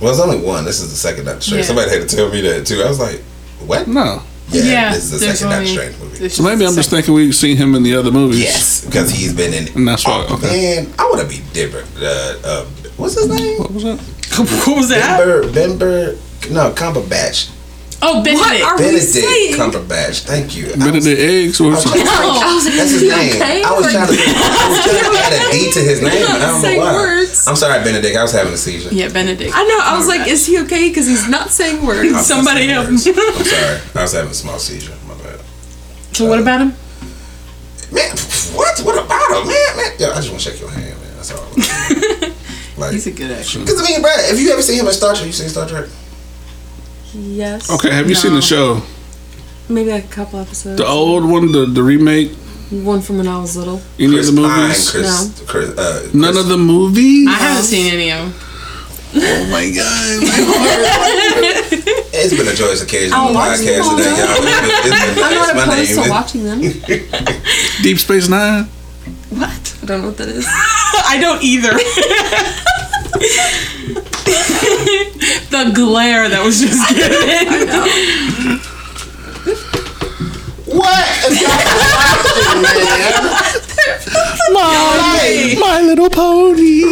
Speaker 3: well, it's only one. This is the second Doctor Strange.
Speaker 4: Yeah.
Speaker 3: Somebody had to tell me that too. I was like, what?
Speaker 4: No.
Speaker 3: Yeah,
Speaker 4: Yeah,
Speaker 3: this is the
Speaker 4: there's
Speaker 3: second Doctor
Speaker 4: only-
Speaker 3: Strange movie.
Speaker 4: So maybe I'm just thinking we've seen him in the other movies. Yes,
Speaker 3: because he's been in.
Speaker 4: And that's why. Okay.
Speaker 3: Man, I want to be different. Uh, uh, what's his name? What
Speaker 4: was that?
Speaker 5: What was that?
Speaker 3: Bember, Bember, no, Cumberbatch.
Speaker 5: Oh, Benedict.
Speaker 3: Benedict Cumberbatch. Thank you.
Speaker 4: Benedict Eggs was.
Speaker 3: I was trying to-
Speaker 5: I was like,
Speaker 3: that's
Speaker 5: is
Speaker 3: his
Speaker 5: he
Speaker 3: name.
Speaker 5: okay?
Speaker 3: I was trying to, I was trying to add a D to his name, and I don't
Speaker 6: Say
Speaker 3: know why.
Speaker 6: words.
Speaker 3: I'm sorry, Benedict. I was having a seizure.
Speaker 5: Yeah, Benedict.
Speaker 6: I know. I was like, is he okay? Because he's not saying
Speaker 3: I
Speaker 6: words.
Speaker 3: was
Speaker 6: Somebody
Speaker 3: saying
Speaker 6: help
Speaker 3: words.
Speaker 6: me.
Speaker 3: I'm sorry. I was having a small seizure. My bad.
Speaker 5: So what about him?
Speaker 3: Man, what? What about him, man? man? Yo, I just want to shake your hand, man. That's all. like,
Speaker 5: He's a good actor.
Speaker 3: Because I mean, bro, if you ever seen him in Star Trek, you seen Star Trek?
Speaker 6: Yes.
Speaker 4: Okay. Have you seen the show?
Speaker 6: Maybe like a couple episodes.
Speaker 4: The old one, the the remake.
Speaker 6: one from when I was little.
Speaker 4: Any of the
Speaker 3: Pine,
Speaker 4: movies?
Speaker 3: Chris, Chris, uh,
Speaker 4: None of the movies.
Speaker 5: I haven't seen any of them.
Speaker 3: Oh my god, it's been a joyous occasion on
Speaker 6: I'll
Speaker 3: the
Speaker 6: watch them
Speaker 3: podcast
Speaker 6: all.
Speaker 3: today, y'all. It's been- it's been
Speaker 6: I'm
Speaker 3: nice.
Speaker 6: not
Speaker 3: My
Speaker 6: opposed
Speaker 3: name
Speaker 6: to
Speaker 3: is-
Speaker 6: watching them.
Speaker 4: Deep Space Nine.
Speaker 6: What? I don't know what that is.
Speaker 5: I don't either. the glare that was just given.
Speaker 3: What? It's not watching, man.
Speaker 4: My, my little pony.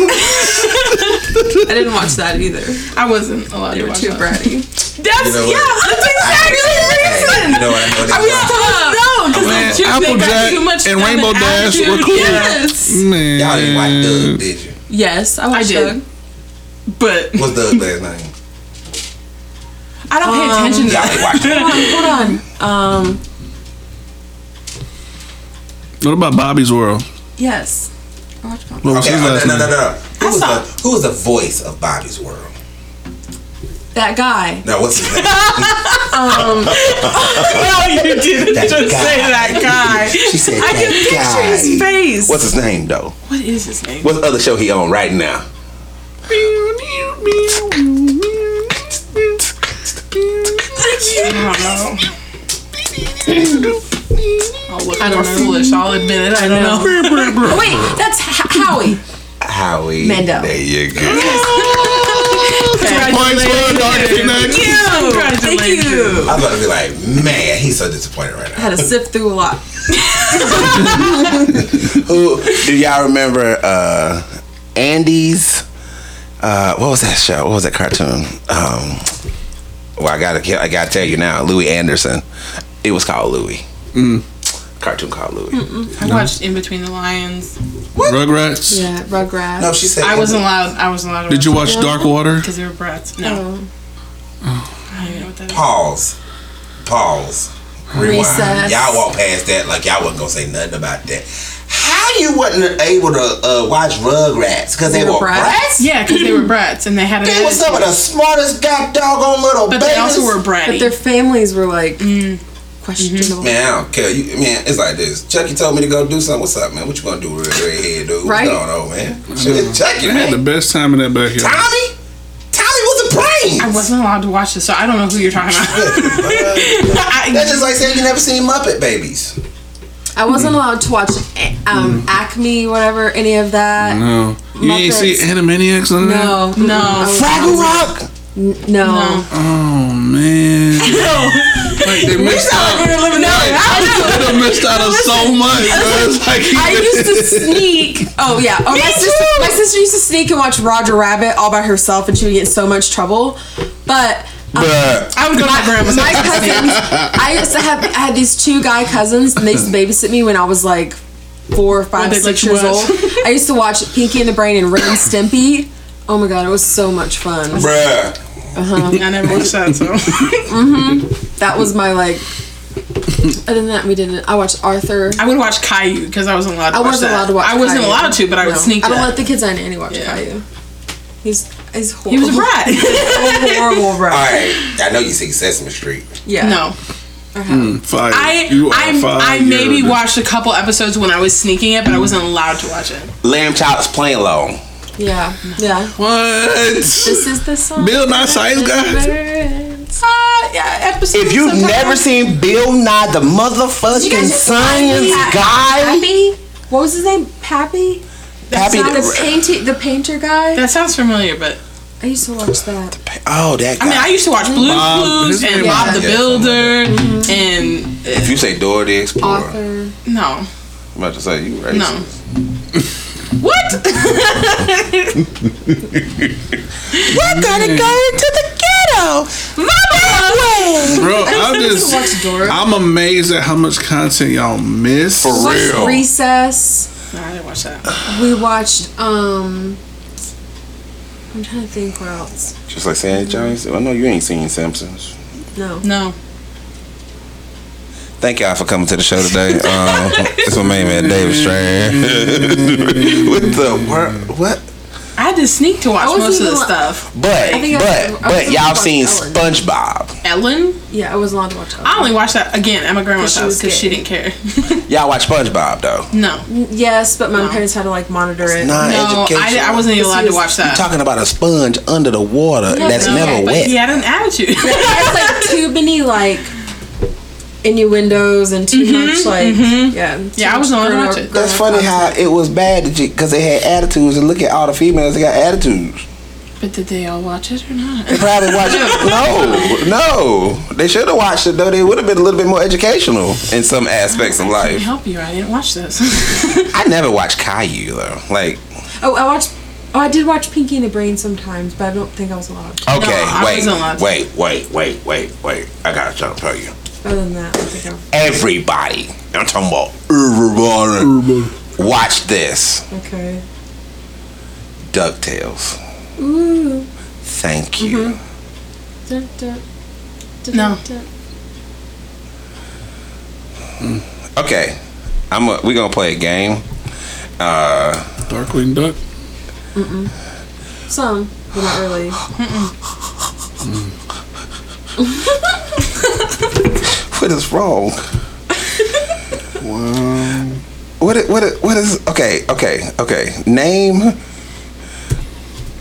Speaker 6: I didn't watch that either.
Speaker 5: I wasn't allowed
Speaker 6: they
Speaker 5: to
Speaker 6: were
Speaker 5: watch
Speaker 6: too
Speaker 5: that.
Speaker 6: bratty.
Speaker 5: That's
Speaker 3: You know what?
Speaker 5: yeah. That's exactly the reason.
Speaker 3: You know what? I know
Speaker 5: I
Speaker 3: that.
Speaker 5: was told no
Speaker 4: Man,
Speaker 5: because they got
Speaker 4: Applejack
Speaker 5: too much
Speaker 4: and
Speaker 5: feminine
Speaker 4: Rainbow Dash were
Speaker 5: attitude.
Speaker 4: cool.
Speaker 5: Yes.
Speaker 4: Man.
Speaker 3: Y'all didn't watch Doug, did you?
Speaker 6: Yes, I
Speaker 5: I
Speaker 6: watched
Speaker 5: did.
Speaker 6: Doug.
Speaker 5: But
Speaker 3: What's Doug's last name?
Speaker 5: I don't pay
Speaker 6: Um,
Speaker 5: attention to
Speaker 3: Y'all
Speaker 5: that.
Speaker 3: ain't watched
Speaker 6: Hold on, hold on. Um,
Speaker 4: What about Bobby's World?
Speaker 6: yes.
Speaker 4: What was
Speaker 3: Okay,
Speaker 4: his
Speaker 3: oh,
Speaker 4: last
Speaker 3: no, no, no,
Speaker 4: name?
Speaker 3: no. Who was, the, who was the voice of Bobby's World?
Speaker 6: That guy.
Speaker 3: Now, what's his name?
Speaker 6: Um,
Speaker 5: No, Oh, you didn't
Speaker 3: That
Speaker 5: just
Speaker 3: guy.
Speaker 5: say that guy.
Speaker 3: She said
Speaker 5: I
Speaker 3: that
Speaker 5: can picture
Speaker 3: guy.
Speaker 5: his face.
Speaker 3: What's his name, though?
Speaker 5: What is his name?
Speaker 3: What's the other show he on right now?
Speaker 5: I don't know. I'll Oh, look more foolish. I'll admit it. I don't know.
Speaker 6: oh, wait, that's H- Howie.
Speaker 3: Howie.
Speaker 6: Mando.
Speaker 3: There you go.
Speaker 6: Thank you. Thank you.
Speaker 3: I'm about to be like, man, he's so disappointed right
Speaker 6: I had to sift through a lot.
Speaker 3: now. Who do y'all remember? Uh, Andy's. Uh, what was that show? What was that cartoon? Um, well, I gotta, I gotta tell you now, Louis Anderson. It was called Louis. Mm. Cartoon called Louis.
Speaker 5: Mm-mm. I watched In Between the Lions.
Speaker 4: Rugrats.
Speaker 6: Yeah, Rugrats.
Speaker 3: No, she said-
Speaker 5: I wasn't allowed. I wasn't allowed. To
Speaker 4: Did you watch Dark Water?
Speaker 5: Because they were brats. No. I don't even know what
Speaker 3: Oh.
Speaker 5: that is.
Speaker 3: Pause. Pause. Rewind.
Speaker 5: Recess.
Speaker 3: Y'all walk past that like y'all wasn't gonna say nothing about that. How you wasn't able to uh, watch Rugrats because they, were brats?
Speaker 5: Yeah, because they were brats, and they had.
Speaker 3: They were some of the smartest god doggone little
Speaker 5: But they also were
Speaker 6: But
Speaker 5: bratty.
Speaker 6: their families were like questionable.
Speaker 3: Man, I don't care. You, man, it's like this. Chucky told me to go do something. What's up, man? What you gonna do with a redhead dude?
Speaker 6: Right.
Speaker 3: What's going on, man? Shit, it's Chucky,
Speaker 4: They had
Speaker 3: man.
Speaker 4: the best time in that backyard.
Speaker 3: Tommy? Tommy was a brain.
Speaker 5: I wasn't allowed to watch this, so I don't know who you're talking about.
Speaker 3: That's just like saying you never seen Muppet Babies.
Speaker 6: I wasn't
Speaker 4: Hmm.
Speaker 6: allowed to watch eh, um, Acme, whatever, any of that.
Speaker 4: No. You ain't see
Speaker 6: Muppets.
Speaker 4: Animaniacs on that?
Speaker 6: No,
Speaker 5: No.
Speaker 6: I was-
Speaker 3: Fraggle Rock.
Speaker 6: N- No.
Speaker 4: Oh man.
Speaker 5: No.
Speaker 4: Like they missed out. They done missed out on so much. bro. It's like he-
Speaker 6: I used to sneak. Oh yeah. Oh,
Speaker 4: Me
Speaker 6: my sister.
Speaker 4: too.
Speaker 6: My sister used to sneak and watch Roger Rabbit all by herself, and she would get in so much trouble. But um,
Speaker 3: Bruh.
Speaker 5: I would go to my grandma's
Speaker 6: My
Speaker 5: house.
Speaker 6: cousins. I used to have. I had these two guy cousins, and they used to babysit me when I was like four or five,
Speaker 5: they let
Speaker 6: six
Speaker 5: you
Speaker 6: years old.
Speaker 5: watch?
Speaker 6: I used to watch Pinky and the Brain and Ren and Stimpy. Oh my god, it was so much fun.
Speaker 3: Bruh.
Speaker 6: Uh-huh.
Speaker 5: I never watched that, so.
Speaker 6: mm-hmm. That was my like. Other than that, we didn't. I watched Arthur.
Speaker 5: I would watch Caillou because I wasn't allowed to
Speaker 6: I
Speaker 5: watch
Speaker 6: wasn't
Speaker 5: that.
Speaker 6: allowed to watch.
Speaker 5: I wasn't
Speaker 6: Caillou.
Speaker 5: allowed to, but I would
Speaker 6: No.
Speaker 5: sneak
Speaker 6: I don't
Speaker 5: that.
Speaker 6: let the kids I any watch
Speaker 5: Yeah.
Speaker 6: Caillou. He's he's horrible.
Speaker 5: He was a brat.
Speaker 6: He's a horrible
Speaker 3: All
Speaker 6: brat.
Speaker 3: right, I know you see Sesame Street.
Speaker 6: Yeah.
Speaker 5: No.
Speaker 4: Mm, fire.
Speaker 5: I
Speaker 4: You are
Speaker 5: I,
Speaker 4: fire.
Speaker 5: I maybe watched a couple episodes when I was sneaking it, but I wasn't allowed to watch it.
Speaker 3: Lamb chops plain low.
Speaker 6: Yeah. Yeah.
Speaker 4: What?
Speaker 6: This is the song.
Speaker 3: Bill Nye Science Guy?
Speaker 5: Uh, yeah, episode.
Speaker 3: If you've never seen Bill Nye the
Speaker 6: You guys
Speaker 3: motherfucking
Speaker 6: just-
Speaker 3: science
Speaker 6: Pa-
Speaker 3: guy,
Speaker 6: Pappy? What was his name? Pappy?
Speaker 3: Pappy
Speaker 6: Not
Speaker 3: the-
Speaker 6: the, painti- the painter guy?
Speaker 5: That sounds familiar, but
Speaker 6: I used to watch that.
Speaker 3: oh that guy.
Speaker 5: I mean, I used to watch Blues
Speaker 3: Bob-
Speaker 5: Clues
Speaker 3: his
Speaker 5: and
Speaker 3: name
Speaker 5: Bob
Speaker 3: was-
Speaker 5: the
Speaker 3: Yeah,
Speaker 5: Builder and
Speaker 3: If you say Dora the Explorer,
Speaker 6: Arthur.
Speaker 5: no,
Speaker 3: I'm about to say you racist.
Speaker 5: no. What?
Speaker 3: We're gonna go into the ghetto. My
Speaker 4: Bro, I'm just. I'm amazed at how much content y'all miss. For
Speaker 6: We watched Recess.
Speaker 5: No, I didn't watch that.
Speaker 6: We watched, um. I'm trying to think where else.
Speaker 3: Just like Sam Jones. I know you ain't seen Simpsons.
Speaker 6: No.
Speaker 5: No.
Speaker 3: Thank y'all for coming to the show today. Um, it's my main man David Strain. what the world? What?
Speaker 5: I just sneak to watch
Speaker 6: I wasn't
Speaker 5: most of the
Speaker 6: even-
Speaker 5: stuff.
Speaker 3: But
Speaker 6: I think I
Speaker 3: but
Speaker 6: was- I was
Speaker 3: but
Speaker 6: thinking
Speaker 3: y'all
Speaker 6: about
Speaker 3: seen
Speaker 6: Ellen.
Speaker 3: SpongeBob.
Speaker 5: Ellen,
Speaker 6: Yeah, I was allowed to watch that.
Speaker 5: I only watched that again at my grandma's
Speaker 6: 'Cause she
Speaker 5: house because
Speaker 6: was
Speaker 5: she
Speaker 6: gay.
Speaker 5: didn't care.
Speaker 3: Y'all watch SpongeBob though.
Speaker 5: No,
Speaker 6: Yes, but my parents had to, like, monitor it.
Speaker 3: Not
Speaker 5: no, I, I wasn't even allowed to watch
Speaker 3: You're
Speaker 5: that.
Speaker 3: talking about a sponge under the water
Speaker 6: No,
Speaker 3: that's
Speaker 6: no,
Speaker 3: never
Speaker 5: But
Speaker 3: wet.
Speaker 5: he had an attitude.
Speaker 6: It's like too many, like. Innuendos and too much like yeah too
Speaker 5: Mm-hmm, Yeah, I was
Speaker 6: much
Speaker 5: on
Speaker 6: grown-
Speaker 5: watch it.
Speaker 3: That's funny how it was bad because they had attitudes, and look at all the females that got attitudes.
Speaker 5: But did they all watch it or not?
Speaker 3: They probably watched no, no. They should have watched it though. They would have been a little bit more educational in some aspects of
Speaker 5: Let me
Speaker 3: life.
Speaker 5: help you. I didn't watch this.
Speaker 3: I never watched Caillou though. Like,
Speaker 6: Oh, I watched. Oh, I did watch Pinky and the Brain sometimes, but I don't think I was allowed. to.
Speaker 3: okay,
Speaker 5: I wasn't allowed
Speaker 3: wait,
Speaker 5: to.
Speaker 3: wait, wait, wait, wait, wait. I gotta try to tell you.
Speaker 6: Other than that, I think I.
Speaker 3: Everybody, I'm talking about everybody. Watch this,
Speaker 6: Okay.
Speaker 3: Ducktales.
Speaker 6: Ooh.
Speaker 3: Thank you.
Speaker 6: Dun, dun, dun,
Speaker 5: No.
Speaker 6: dun.
Speaker 3: Okay, I'm. A, we gonna play a game. Uh,
Speaker 4: Darkwing Duck.
Speaker 6: Some, but not really.
Speaker 3: what is wrong?
Speaker 4: Wow.
Speaker 3: What? i- What? i- What is? Okay. Okay. Okay. Name.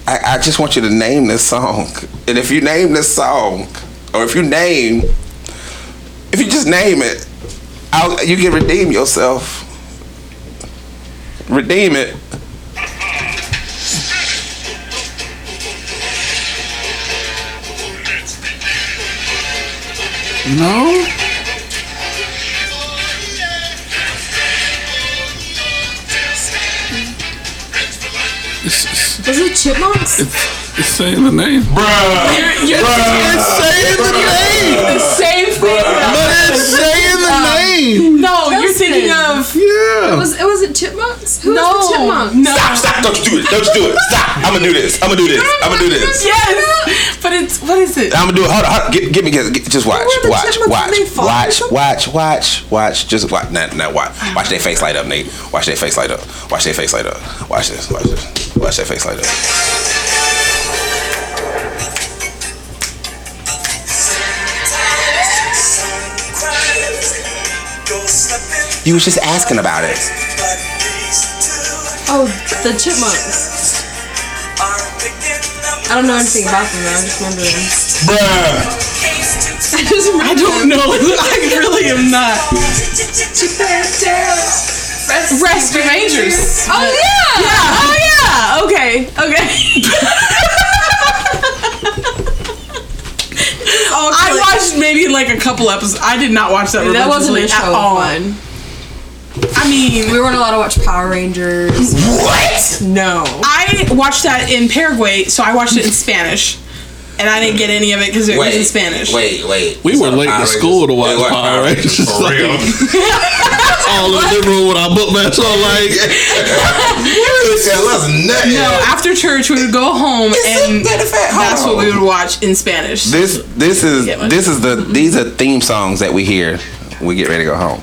Speaker 3: I, I just want you to name this song, and if you name this song, or if you name, if you just name it, I'll, you can redeem yourself. Redeem it.
Speaker 4: No. It's, it's,
Speaker 6: Was it Chipmunks?
Speaker 4: it's, it's saying the name.
Speaker 3: Bruh.
Speaker 5: You're
Speaker 4: It's saying the name.
Speaker 5: the same thing.
Speaker 4: But it's saying the name.
Speaker 5: No, you're
Speaker 6: Justin.
Speaker 5: thinking of
Speaker 6: It
Speaker 4: Yeah.
Speaker 6: was it was it Chipmunks? Who
Speaker 5: no,
Speaker 6: was the Chipmunks?
Speaker 5: no.
Speaker 3: Stop! Stop! Don't you do it! Don't you do it! Stop! I'm gonna do this! I'm gonna do this! I'm gonna do this!
Speaker 5: Yes, but it's what is it?
Speaker 3: I'm gonna do it. Hold on, hold on. Give, give me, give, just watch,
Speaker 6: were the
Speaker 3: watch,
Speaker 6: chipmunks
Speaker 3: watch,
Speaker 6: when they fought or
Speaker 3: watch,
Speaker 6: something?
Speaker 3: watch, watch, watch. Just watch, not, not watch. Watch their face light up, Nate. Watch their face light up. Watch their face light up. Watch this, watch this, watch their face light up. You was just asking about it.
Speaker 6: Oh, the Chipmunks. I don't know anything about them. though. I just remember them.
Speaker 3: Bruh.
Speaker 6: I just remember.
Speaker 5: I don't know. I really am not. Rescue Rangers.
Speaker 6: Oh yeah.
Speaker 5: Oh yeah. Okay. Okay. I watched maybe like a couple episodes. I did not watch that.
Speaker 6: That wasn't
Speaker 5: religiously
Speaker 6: a show
Speaker 5: at all. I mean,
Speaker 6: we weren't allowed to watch Power Rangers.
Speaker 5: What?
Speaker 6: No.
Speaker 5: I watched that in Paraguay, so I watched it in Spanish, and I didn't get any of it because it was in Spanish.
Speaker 3: Wait, wait.
Speaker 4: We were late
Speaker 3: Power
Speaker 4: to
Speaker 3: Rangers.
Speaker 4: school to watch
Speaker 3: They like
Speaker 4: Power Rangers.
Speaker 3: For real.
Speaker 4: all liberal with our book bags on, like
Speaker 3: tell us nothing.
Speaker 5: No, after church we would go home and that's what we would watch in Spanish.
Speaker 3: This this is this is the these are theme songs that we hear. when We get ready to go home.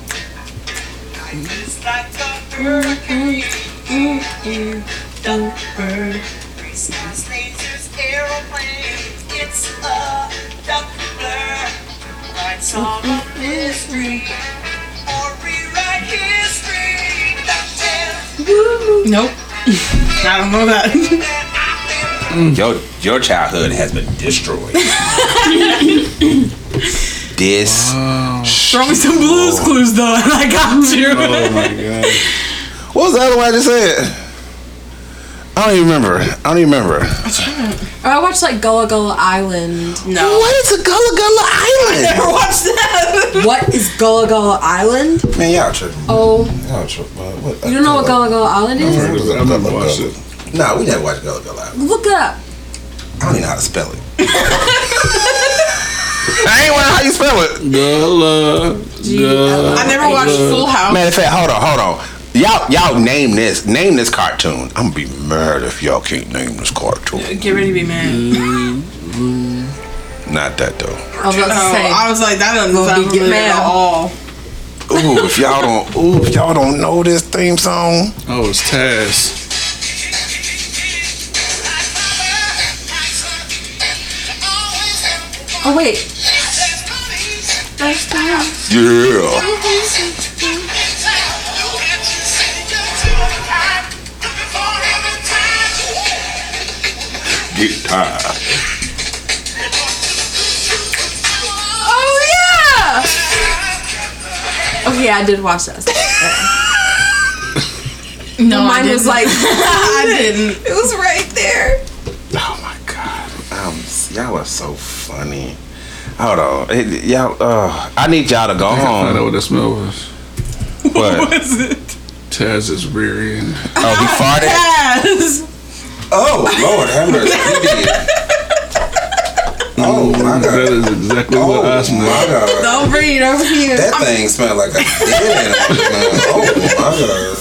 Speaker 1: Duckbird, Christmas lasers, aeroplanes, it's a duckbird. Write song of mystery or rewrite history. DuckTales.
Speaker 5: Nope. I don't know that.
Speaker 3: Your your childhood has been destroyed. This.
Speaker 5: Throw me some blues clues though, and I got you.
Speaker 3: Oh god. What was the other one I just said? I don't even remember. I don't even remember.
Speaker 6: Or I watched like Gullah Gullah Island.
Speaker 3: No. What is a Gullah Gullah Island?
Speaker 6: I never watched that. what is Gullah Gullah Island?
Speaker 3: Man, y'all tripping.
Speaker 6: Oh,
Speaker 3: Y'all tripping. man. What-
Speaker 6: you don't know what Gullah Gullah Island
Speaker 3: I
Speaker 6: is?
Speaker 3: remember- I remember watching it. Nah, we never watched Gullah Gullah Island.
Speaker 6: Look it up.
Speaker 3: I don't even know how to spell it. I ain't wondering how you spell it.
Speaker 4: Gullah. Gullah.
Speaker 5: I never watched Full House.
Speaker 3: Matter of fact, hold on, hold on. Y'all, y'all name this, name this cartoon. I'm gonna be mad if y'all can't name this cartoon.
Speaker 5: Get ready to be
Speaker 3: Mm.
Speaker 5: mad.
Speaker 3: Not that though.
Speaker 5: I was about to say. I was like, that doesn't sound familiar at all.
Speaker 3: Ooh, if y'all don't, ooh, if y'all don't know this theme song. Oh, it's Taz.
Speaker 6: Oh wait.
Speaker 3: Yeah. Get tired.
Speaker 6: Oh yeah. Okay, I did watch that.
Speaker 5: No, I
Speaker 6: mine was
Speaker 5: didn't.
Speaker 6: like
Speaker 5: I didn't.
Speaker 6: It was right there.
Speaker 3: Oh Um, y'all are so funny. Hold on, It- y'all. Uh, I need y'all to go
Speaker 4: I
Speaker 8: Um.
Speaker 3: home.
Speaker 4: know what that smell was.
Speaker 3: What?
Speaker 5: was it?
Speaker 4: Taz's rear end.
Speaker 3: Oh, he farted.
Speaker 5: Yes.
Speaker 3: Oh Lord, have mercy. He did. Oh my God. That
Speaker 4: is exactly
Speaker 3: what I smell. My God.
Speaker 6: Don't bring it over here.
Speaker 3: That thing smelled like a dead animal. man. Oh my god!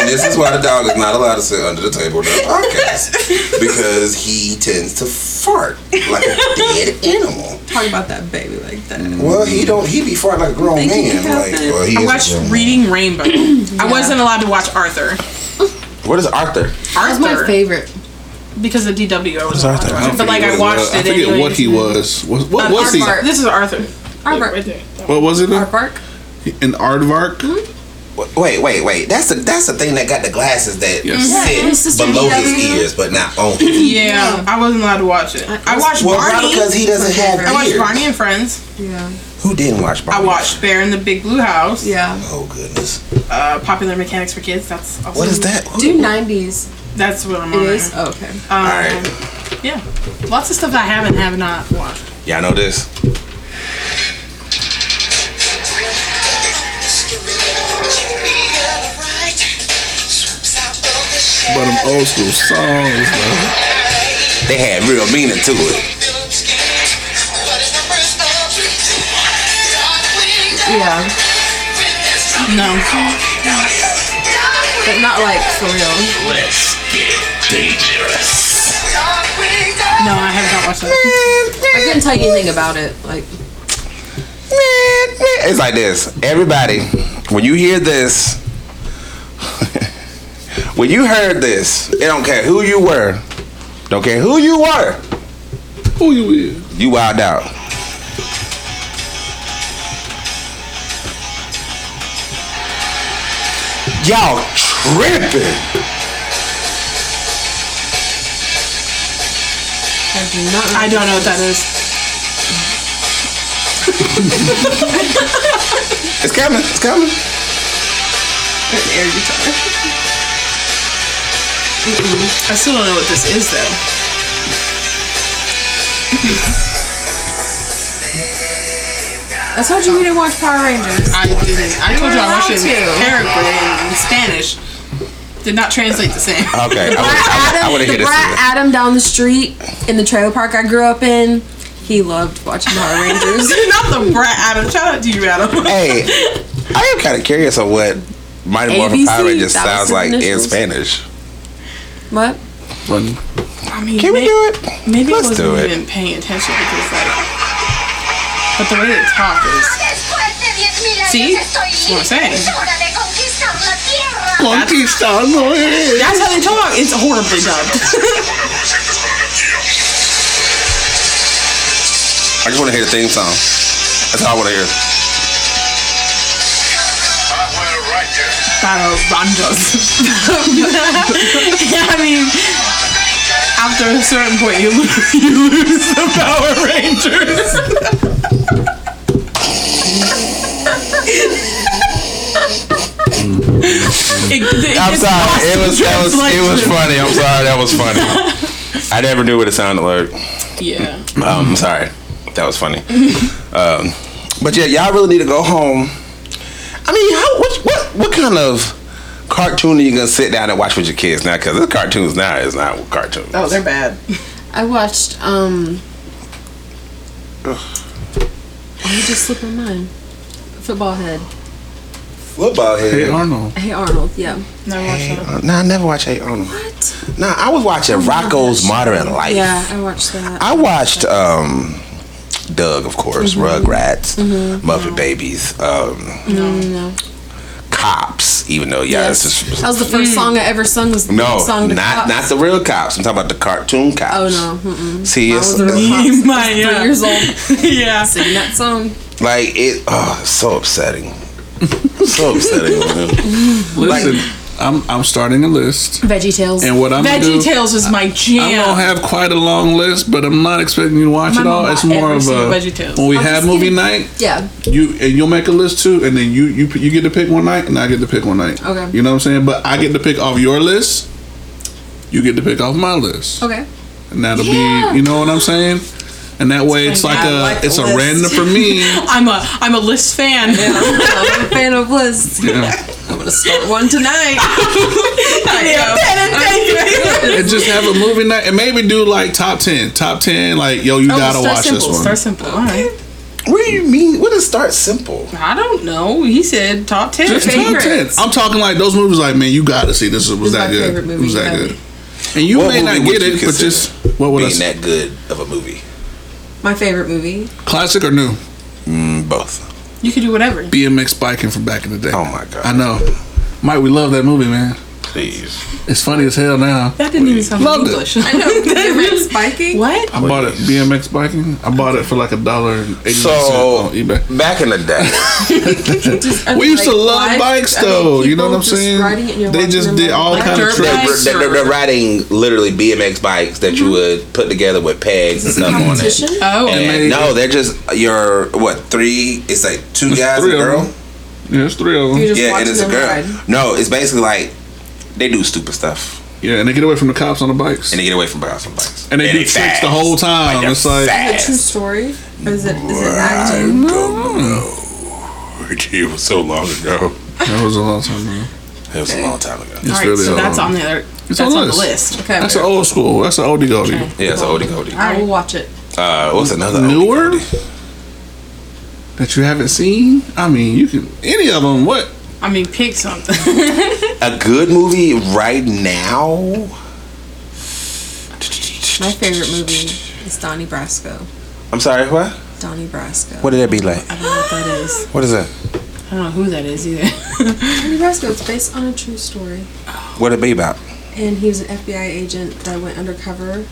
Speaker 3: And this is why the dog is not allowed to sit under the table during podcast because he tends to fart like a dead animal.
Speaker 6: Talk about that baby like that.
Speaker 3: Well, he don't. He be farting like a grown
Speaker 5: Thank you,
Speaker 3: man. Like,
Speaker 5: Catherine.
Speaker 3: well, he
Speaker 5: I
Speaker 3: is a
Speaker 5: watched
Speaker 3: grown man.
Speaker 5: Reading Rainbow. I wasn't allowed to watch Arthur.
Speaker 3: What is Arthur?
Speaker 5: Arthur.
Speaker 6: That's my favorite.
Speaker 5: Because of DW, I was
Speaker 3: Arthur?
Speaker 5: watching. But like, I watched
Speaker 4: I
Speaker 5: it.
Speaker 4: forget
Speaker 5: anyway.
Speaker 4: what he was. What, what
Speaker 5: An
Speaker 4: was he?
Speaker 5: aardvark. This is Arthur. Arthur.
Speaker 4: What was it?
Speaker 6: Aardvark.
Speaker 4: An aardvark.
Speaker 3: Wait, wait, wait. That's the that's the thing that got the glasses that
Speaker 4: Yes. Yeah, his
Speaker 3: sit
Speaker 4: sister
Speaker 3: below
Speaker 4: DW.
Speaker 3: his ears, but not on. him.
Speaker 5: Yeah, I wasn't allowed to watch it. I watched
Speaker 3: Well,
Speaker 5: Barney
Speaker 3: probably 'cause he doesn't have
Speaker 5: I watched
Speaker 3: ears.
Speaker 5: Barney and Friends.
Speaker 6: Yeah.
Speaker 3: Who didn't watch? Barney?
Speaker 5: I watched Bear in the Big Blue House.
Speaker 6: Yeah.
Speaker 3: Oh goodness.
Speaker 5: Uh, Popular Mechanics for Kids. That's also
Speaker 3: What is that?
Speaker 6: Do nineties.
Speaker 5: That's what I'm
Speaker 6: It
Speaker 5: on.
Speaker 6: is?
Speaker 5: right now.
Speaker 6: Oh, okay.
Speaker 5: Um,
Speaker 3: All right.
Speaker 5: Yeah, lots of stuff I have and have not watched.
Speaker 3: Y'all know this.
Speaker 4: But them old school songs. Man.
Speaker 3: They had real meaning to it.
Speaker 6: Yeah.
Speaker 5: No.
Speaker 6: But not like for real.
Speaker 1: Let's get dangerous.
Speaker 5: No, I have not watched that.
Speaker 6: I couldn't tell you anything about it. Like
Speaker 3: It's like this. Everybody, when you hear this, when you heard this, it don't care who you were, don't care who you were,
Speaker 4: who you is,
Speaker 3: you wild out. Y'all tripping.
Speaker 5: I don't know what that is.
Speaker 3: It's coming. It's coming.
Speaker 5: air guitar. I still don't know what this is though. I told you we didn't watch Power Rangers. I didn't. I
Speaker 3: You
Speaker 5: told
Speaker 3: were
Speaker 5: you I watched
Speaker 3: allowed
Speaker 5: it in
Speaker 3: to.
Speaker 5: character in Spanish. Did not translate the same.
Speaker 3: Okay, Oh, I would've- I would've- I would've
Speaker 6: the
Speaker 3: hit a
Speaker 6: brat
Speaker 3: single.
Speaker 6: Adam down the street in the trailer park I grew up in. He loved watching Power Rangers.
Speaker 5: not the brat Adam. Shout out to you, Adam.
Speaker 3: Hey, I am kind of curious on what Mighty Morphin
Speaker 5: ABC,
Speaker 3: Power Rangers
Speaker 5: that was
Speaker 3: sounds
Speaker 5: his
Speaker 3: like in
Speaker 5: initials.
Speaker 3: Spanish.
Speaker 6: What?
Speaker 4: Run.
Speaker 5: I mean, can we do it? Maybe
Speaker 3: Let's
Speaker 5: I wasn't
Speaker 3: do it.
Speaker 5: even paying attention because like, but the way they talk is. See, that's what I'm saying. That's, that's how they talk. It's horribly dubbed.
Speaker 3: I just want to hear the theme song. That's all I want to hear.
Speaker 5: Barrow Randos. I mean, after a certain point, you lose, you lose the Power Rangers. It- it
Speaker 3: I'm
Speaker 5: gets
Speaker 3: sorry.
Speaker 5: lost
Speaker 3: It
Speaker 5: in
Speaker 3: was that was it was funny. I'm sorry. That was funny. I never knew what it sounded like.
Speaker 5: Yeah.
Speaker 3: Um, I'm sorry. That was funny. um, but yeah, y'all really need to go home. I mean, how what what what kind of cartoon are you gonna sit down and watch with your kids now? Because this cartoons now is not cartoon.
Speaker 5: Oh, they're bad.
Speaker 6: I watched um Oh, you just slipped my mind. Football head.
Speaker 3: Football head.
Speaker 4: Hey Arnold.
Speaker 6: Hey Arnold, yeah.
Speaker 5: Never watched
Speaker 6: that.
Speaker 3: Uh, Nah, I never watched Hey Arnold. What? Nah, I was watching Rocco's Modern Life.
Speaker 6: Yeah, I watched that.
Speaker 3: I watched um, Doug, of course, Rugrats,
Speaker 6: Mhm.
Speaker 3: Muppet Babies, um,
Speaker 6: No, no, no.
Speaker 3: Cops. Even though, yeah, it's just
Speaker 6: That was the first song I ever sung. Was the
Speaker 3: no,
Speaker 6: song to
Speaker 3: not
Speaker 6: Cops.
Speaker 3: not the real cops. I'm talking about the cartoon cops.
Speaker 6: Oh no. Mm-mm.
Speaker 3: See,
Speaker 6: Mine
Speaker 3: it's-
Speaker 6: was a real Cops.
Speaker 5: My,
Speaker 6: I was three
Speaker 5: yeah.
Speaker 6: years old.
Speaker 5: yeah.
Speaker 6: Singing that song.
Speaker 3: Like it, oh, it's so upsetting. so upsetting. man.
Speaker 4: Listen, I'm I'm starting a list.
Speaker 6: Veggie Tales.
Speaker 4: And what I'm gonna do-
Speaker 5: Veggie Tales is my jam.
Speaker 4: I don't have quite a long list, but I'm not expecting you to watch
Speaker 5: My
Speaker 4: it all.
Speaker 5: mom
Speaker 4: It's
Speaker 5: bought
Speaker 4: more
Speaker 5: every
Speaker 4: of
Speaker 5: single
Speaker 4: a
Speaker 5: VeggieTales.
Speaker 4: when we
Speaker 5: I'm
Speaker 4: have
Speaker 5: just
Speaker 4: movie
Speaker 5: kidding.
Speaker 4: night.
Speaker 6: Yeah.
Speaker 4: You and you'll make a list too, and then you you you get to pick one night, and I get to pick one night.
Speaker 6: Okay.
Speaker 4: You know what I'm saying? But I get to pick off your list. You get to pick off my list,
Speaker 6: Okay.
Speaker 4: and that'll
Speaker 6: Yeah.
Speaker 4: be you know what I'm saying. And that way, it's like
Speaker 5: I
Speaker 4: a
Speaker 5: like
Speaker 4: it's a
Speaker 5: lists.
Speaker 4: random for me.
Speaker 5: I'm a I'm a list fan.
Speaker 6: I'm a fan of lists.
Speaker 4: Yeah.
Speaker 6: I'm gonna start one tonight.
Speaker 5: Yeah.
Speaker 4: and just have a movie night, and maybe do like top ten, top ten. Like yo, you
Speaker 5: Oh,
Speaker 4: gotta
Speaker 5: start
Speaker 4: watch
Speaker 5: simple,
Speaker 4: this one.
Speaker 5: Start simple. All right.
Speaker 3: What do you mean? What does start simple?
Speaker 5: I don't know. He said top ten.
Speaker 4: Just top ten. I'm talking like those movies. Like man, you got to see this. Was
Speaker 5: This is
Speaker 4: that
Speaker 5: my
Speaker 4: good?
Speaker 5: favorite movie
Speaker 4: was that
Speaker 5: ever.
Speaker 4: good? And you may not
Speaker 3: movie would
Speaker 4: get
Speaker 3: you
Speaker 4: it, but
Speaker 3: consider
Speaker 4: just what would I
Speaker 3: being
Speaker 4: say?
Speaker 3: that good of a movie?
Speaker 6: My favorite movie.
Speaker 4: classic or new?
Speaker 3: Mm, both.
Speaker 5: You could do whatever.
Speaker 4: BMX biking from back in the day. Oh
Speaker 3: my god!
Speaker 4: I know. Mike, we love that movie, man.
Speaker 3: Please.
Speaker 4: It's funny as hell now.
Speaker 5: That didn't even sound
Speaker 4: Loved it.
Speaker 5: English. I know.
Speaker 6: spiking.
Speaker 5: What?
Speaker 4: I bought it BMX biking. I bought it for like a dollar and eighty
Speaker 3: So
Speaker 4: cents on eBay.
Speaker 3: Back in the day,
Speaker 4: we used to
Speaker 6: like,
Speaker 4: love
Speaker 6: live-
Speaker 4: bikes
Speaker 6: I mean,
Speaker 4: though. you know
Speaker 6: people
Speaker 4: what I'm
Speaker 6: just
Speaker 4: saying?
Speaker 6: riding it and you're
Speaker 4: They
Speaker 6: watching
Speaker 4: just
Speaker 6: them
Speaker 4: did
Speaker 6: ride
Speaker 4: all
Speaker 6: like
Speaker 4: kind of
Speaker 6: dirt
Speaker 3: they're,
Speaker 4: tricks.
Speaker 3: they're, they're riding literally BMX bikes that
Speaker 4: Mm-hmm.
Speaker 3: you would put together with pegs and stuff on it.
Speaker 5: Oh,
Speaker 3: And no, they're just your what three? It's like two guys and
Speaker 4: three
Speaker 3: a
Speaker 4: of
Speaker 3: girl.
Speaker 4: Yeah, it's three of them.
Speaker 3: Yeah, and it's a girl. No, it's basically like they do stupid stuff
Speaker 4: Yeah, and they get away from the cops on the bikes.
Speaker 3: and they get away from bikes on bikes.
Speaker 4: And they do tricks
Speaker 3: fast.
Speaker 4: the whole time.
Speaker 3: they're
Speaker 4: it's like
Speaker 6: Is it a true story? Or is it is
Speaker 3: I
Speaker 6: it acting?
Speaker 3: don't know. It was so long ago.
Speaker 4: That was a long time ago.
Speaker 3: It was a long time ago.
Speaker 5: All right, so that's on the other. That's on, the list.
Speaker 6: Okay.
Speaker 4: That's an old school. That's an oldie goldie.
Speaker 3: Yeah, it's oldie goldie.
Speaker 6: I will watch it.
Speaker 3: Uh, what's another
Speaker 4: newer that you haven't seen? I mean, you can any of them. What?
Speaker 5: I mean, pick something.
Speaker 3: a good movie right now?
Speaker 6: My favorite movie is Donnie Brasco.
Speaker 3: I'm sorry, what?
Speaker 6: Donnie Brasco.
Speaker 3: What did that be like?
Speaker 6: I don't know what that is.
Speaker 3: What is that?
Speaker 5: I don't know who that is either.
Speaker 6: Donnie Brasco. It's based on a true story,
Speaker 3: What it be about?
Speaker 6: and he was an FBI agent that went undercover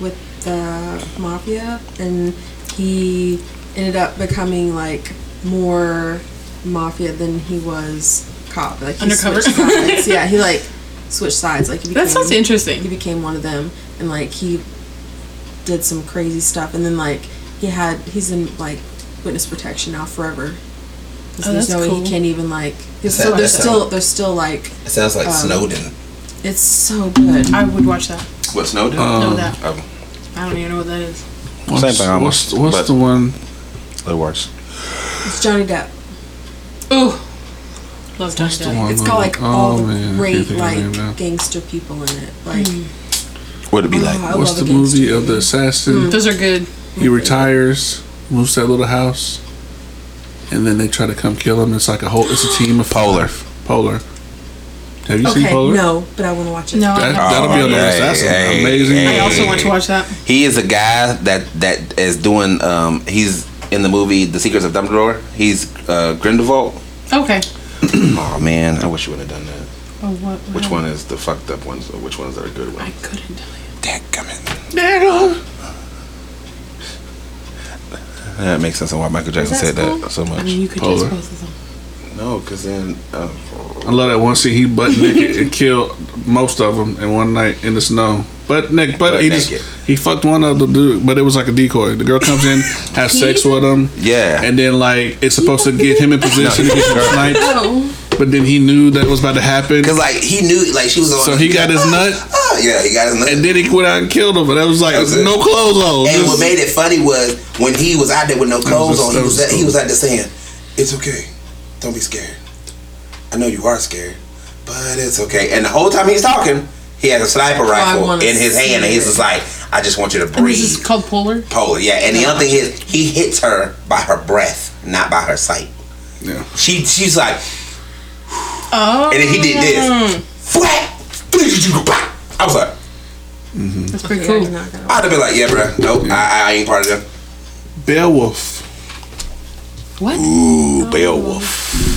Speaker 6: with the mafia, and he ended up becoming like more mafia than he was cop. Like he
Speaker 5: Undercover?
Speaker 6: switched sides. yeah, he like switched sides. Like he became,
Speaker 5: That sounds interesting.
Speaker 6: He became one of them, and like he did some crazy stuff, and then like he had he's in like witness protection now forever. 'Cause
Speaker 5: Oh, that's
Speaker 6: there's no way
Speaker 5: cool.
Speaker 6: he can't even like.
Speaker 3: Is that-
Speaker 6: So there's
Speaker 3: that's
Speaker 6: still
Speaker 3: a-
Speaker 6: there's still like.
Speaker 3: It sounds like
Speaker 6: um,
Speaker 3: Snowden.
Speaker 6: It's so good.
Speaker 5: I would watch that.
Speaker 3: What Snowden?
Speaker 4: Um,
Speaker 5: No, that.
Speaker 3: Oh.
Speaker 5: I don't even know what that is.
Speaker 4: What's,
Speaker 3: Same thing.
Speaker 4: What's, what's the one?
Speaker 3: It works.
Speaker 6: It's Johnny Depp.
Speaker 5: Ooh. Love
Speaker 6: Johnny
Speaker 5: the
Speaker 6: Depp.
Speaker 5: one
Speaker 6: It's
Speaker 5: with-
Speaker 6: got like
Speaker 5: oh,
Speaker 6: all the
Speaker 5: man, I can't
Speaker 6: great
Speaker 4: think of the name now.
Speaker 6: like gangster people in it. Like
Speaker 3: What'd it be
Speaker 6: like? I
Speaker 4: What's
Speaker 6: love
Speaker 4: the
Speaker 6: a gangster
Speaker 4: movie of the assassin?
Speaker 5: Mm, those are good.
Speaker 4: He retires, moves to that little house, and then they try to come kill him. It's like a whole. It's a team of polar. Polar. Have you seen
Speaker 6: okay,
Speaker 4: Polar?
Speaker 6: no, but I want to watch it.
Speaker 5: No,
Speaker 4: That, that'll be
Speaker 3: Oh,
Speaker 4: on the list. That's an amazing.
Speaker 5: I also want to watch that.
Speaker 3: He is a guy that that is doing. Um, he's in the movie The Secrets of Dumbledore. He's uh, Grindelwald.
Speaker 5: Okay.
Speaker 6: Mm.
Speaker 3: oh man, I wish you would have done that.
Speaker 5: Oh, what?
Speaker 3: Which one is the fucked up ones? Or which ones are the good ones? I
Speaker 5: couldn't tell
Speaker 3: you. That coming. That makes sense on why Michael Jackson
Speaker 5: What's
Speaker 3: said
Speaker 5: that
Speaker 3: that
Speaker 5: called?
Speaker 3: so much.
Speaker 5: I mean, you could
Speaker 4: Polar.
Speaker 5: just both of them.
Speaker 3: No, because then. Uh,
Speaker 4: I love that one scene. He butt naked and killed most of them in one night in the snow. But Nick, but
Speaker 3: Butt
Speaker 4: he just
Speaker 3: naked.
Speaker 4: he fucked one of the dude, but it was like a decoy. The girl comes in, has sex with him,
Speaker 3: yeah,
Speaker 4: and then like it's supposed to get him in position to get him sniped.
Speaker 5: Oh.
Speaker 4: But then he knew that was about to happen. Cause
Speaker 3: like he knew, like she was. on-
Speaker 4: So he got his nut.
Speaker 3: yeah, he got his nut.
Speaker 4: And then he went out and killed him. But that was like
Speaker 3: That's it.
Speaker 4: no clothes on.
Speaker 3: And
Speaker 4: Just-
Speaker 3: what made it funny was when he was out there with no
Speaker 4: That
Speaker 3: clothes
Speaker 4: was-
Speaker 3: on, he
Speaker 4: that
Speaker 3: was
Speaker 4: was
Speaker 3: at, he was out there saying, "It's okay, don't be scared. I know you are scared, but it's okay." And the whole time he's talking, he has a sniper rifle
Speaker 5: Oh, wanna
Speaker 3: in his
Speaker 5: see
Speaker 3: hand, and he's
Speaker 5: it.
Speaker 3: just like, "I just want you to
Speaker 5: And this
Speaker 3: breathe."
Speaker 5: is called Polar.
Speaker 3: Polar, yeah. And the other thing is, he hits her by her breath, not by her sight.
Speaker 4: Yeah.
Speaker 3: She she's like,
Speaker 5: Oh.
Speaker 3: and then he did this. Flat. I was like,
Speaker 5: That's pretty cool.
Speaker 3: I'd have been like, "Yeah, bro, nope, I, I ain't part of them."
Speaker 4: Beowulf.
Speaker 5: What?
Speaker 4: Ooh, Beowulf.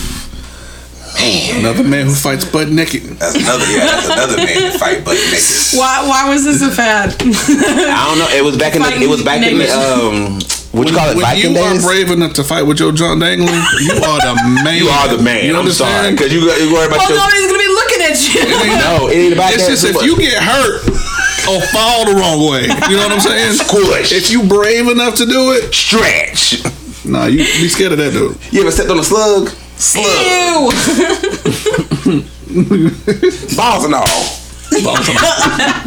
Speaker 4: Man. Another man who fights butt naked.
Speaker 3: That's another yeah, that's another man to fight butt naked.
Speaker 5: Why? Why was this a fad?
Speaker 3: I don't know. It was back in the. It was back in the. Um, what you call it?
Speaker 4: When
Speaker 3: Viking
Speaker 4: you are
Speaker 3: days.
Speaker 4: brave enough to fight with your John Dangling, you are the man.
Speaker 3: You are the man.
Speaker 4: You
Speaker 3: I'm sorry
Speaker 4: understand?
Speaker 3: because you got- you worry about
Speaker 5: Well,
Speaker 3: your.
Speaker 5: nobody's gonna be looking at you.
Speaker 3: Oh, No, it ain't about
Speaker 4: it's
Speaker 3: that.
Speaker 4: just if you get hurt or fall the wrong way, you know what I'm saying?
Speaker 3: Squish.
Speaker 4: If you brave enough to do it,
Speaker 3: stretch.
Speaker 4: Nah, you be scared of that dude.
Speaker 3: You ever stepped on a slug? Slug.
Speaker 5: Ew.
Speaker 3: Balls and all. Balls and all.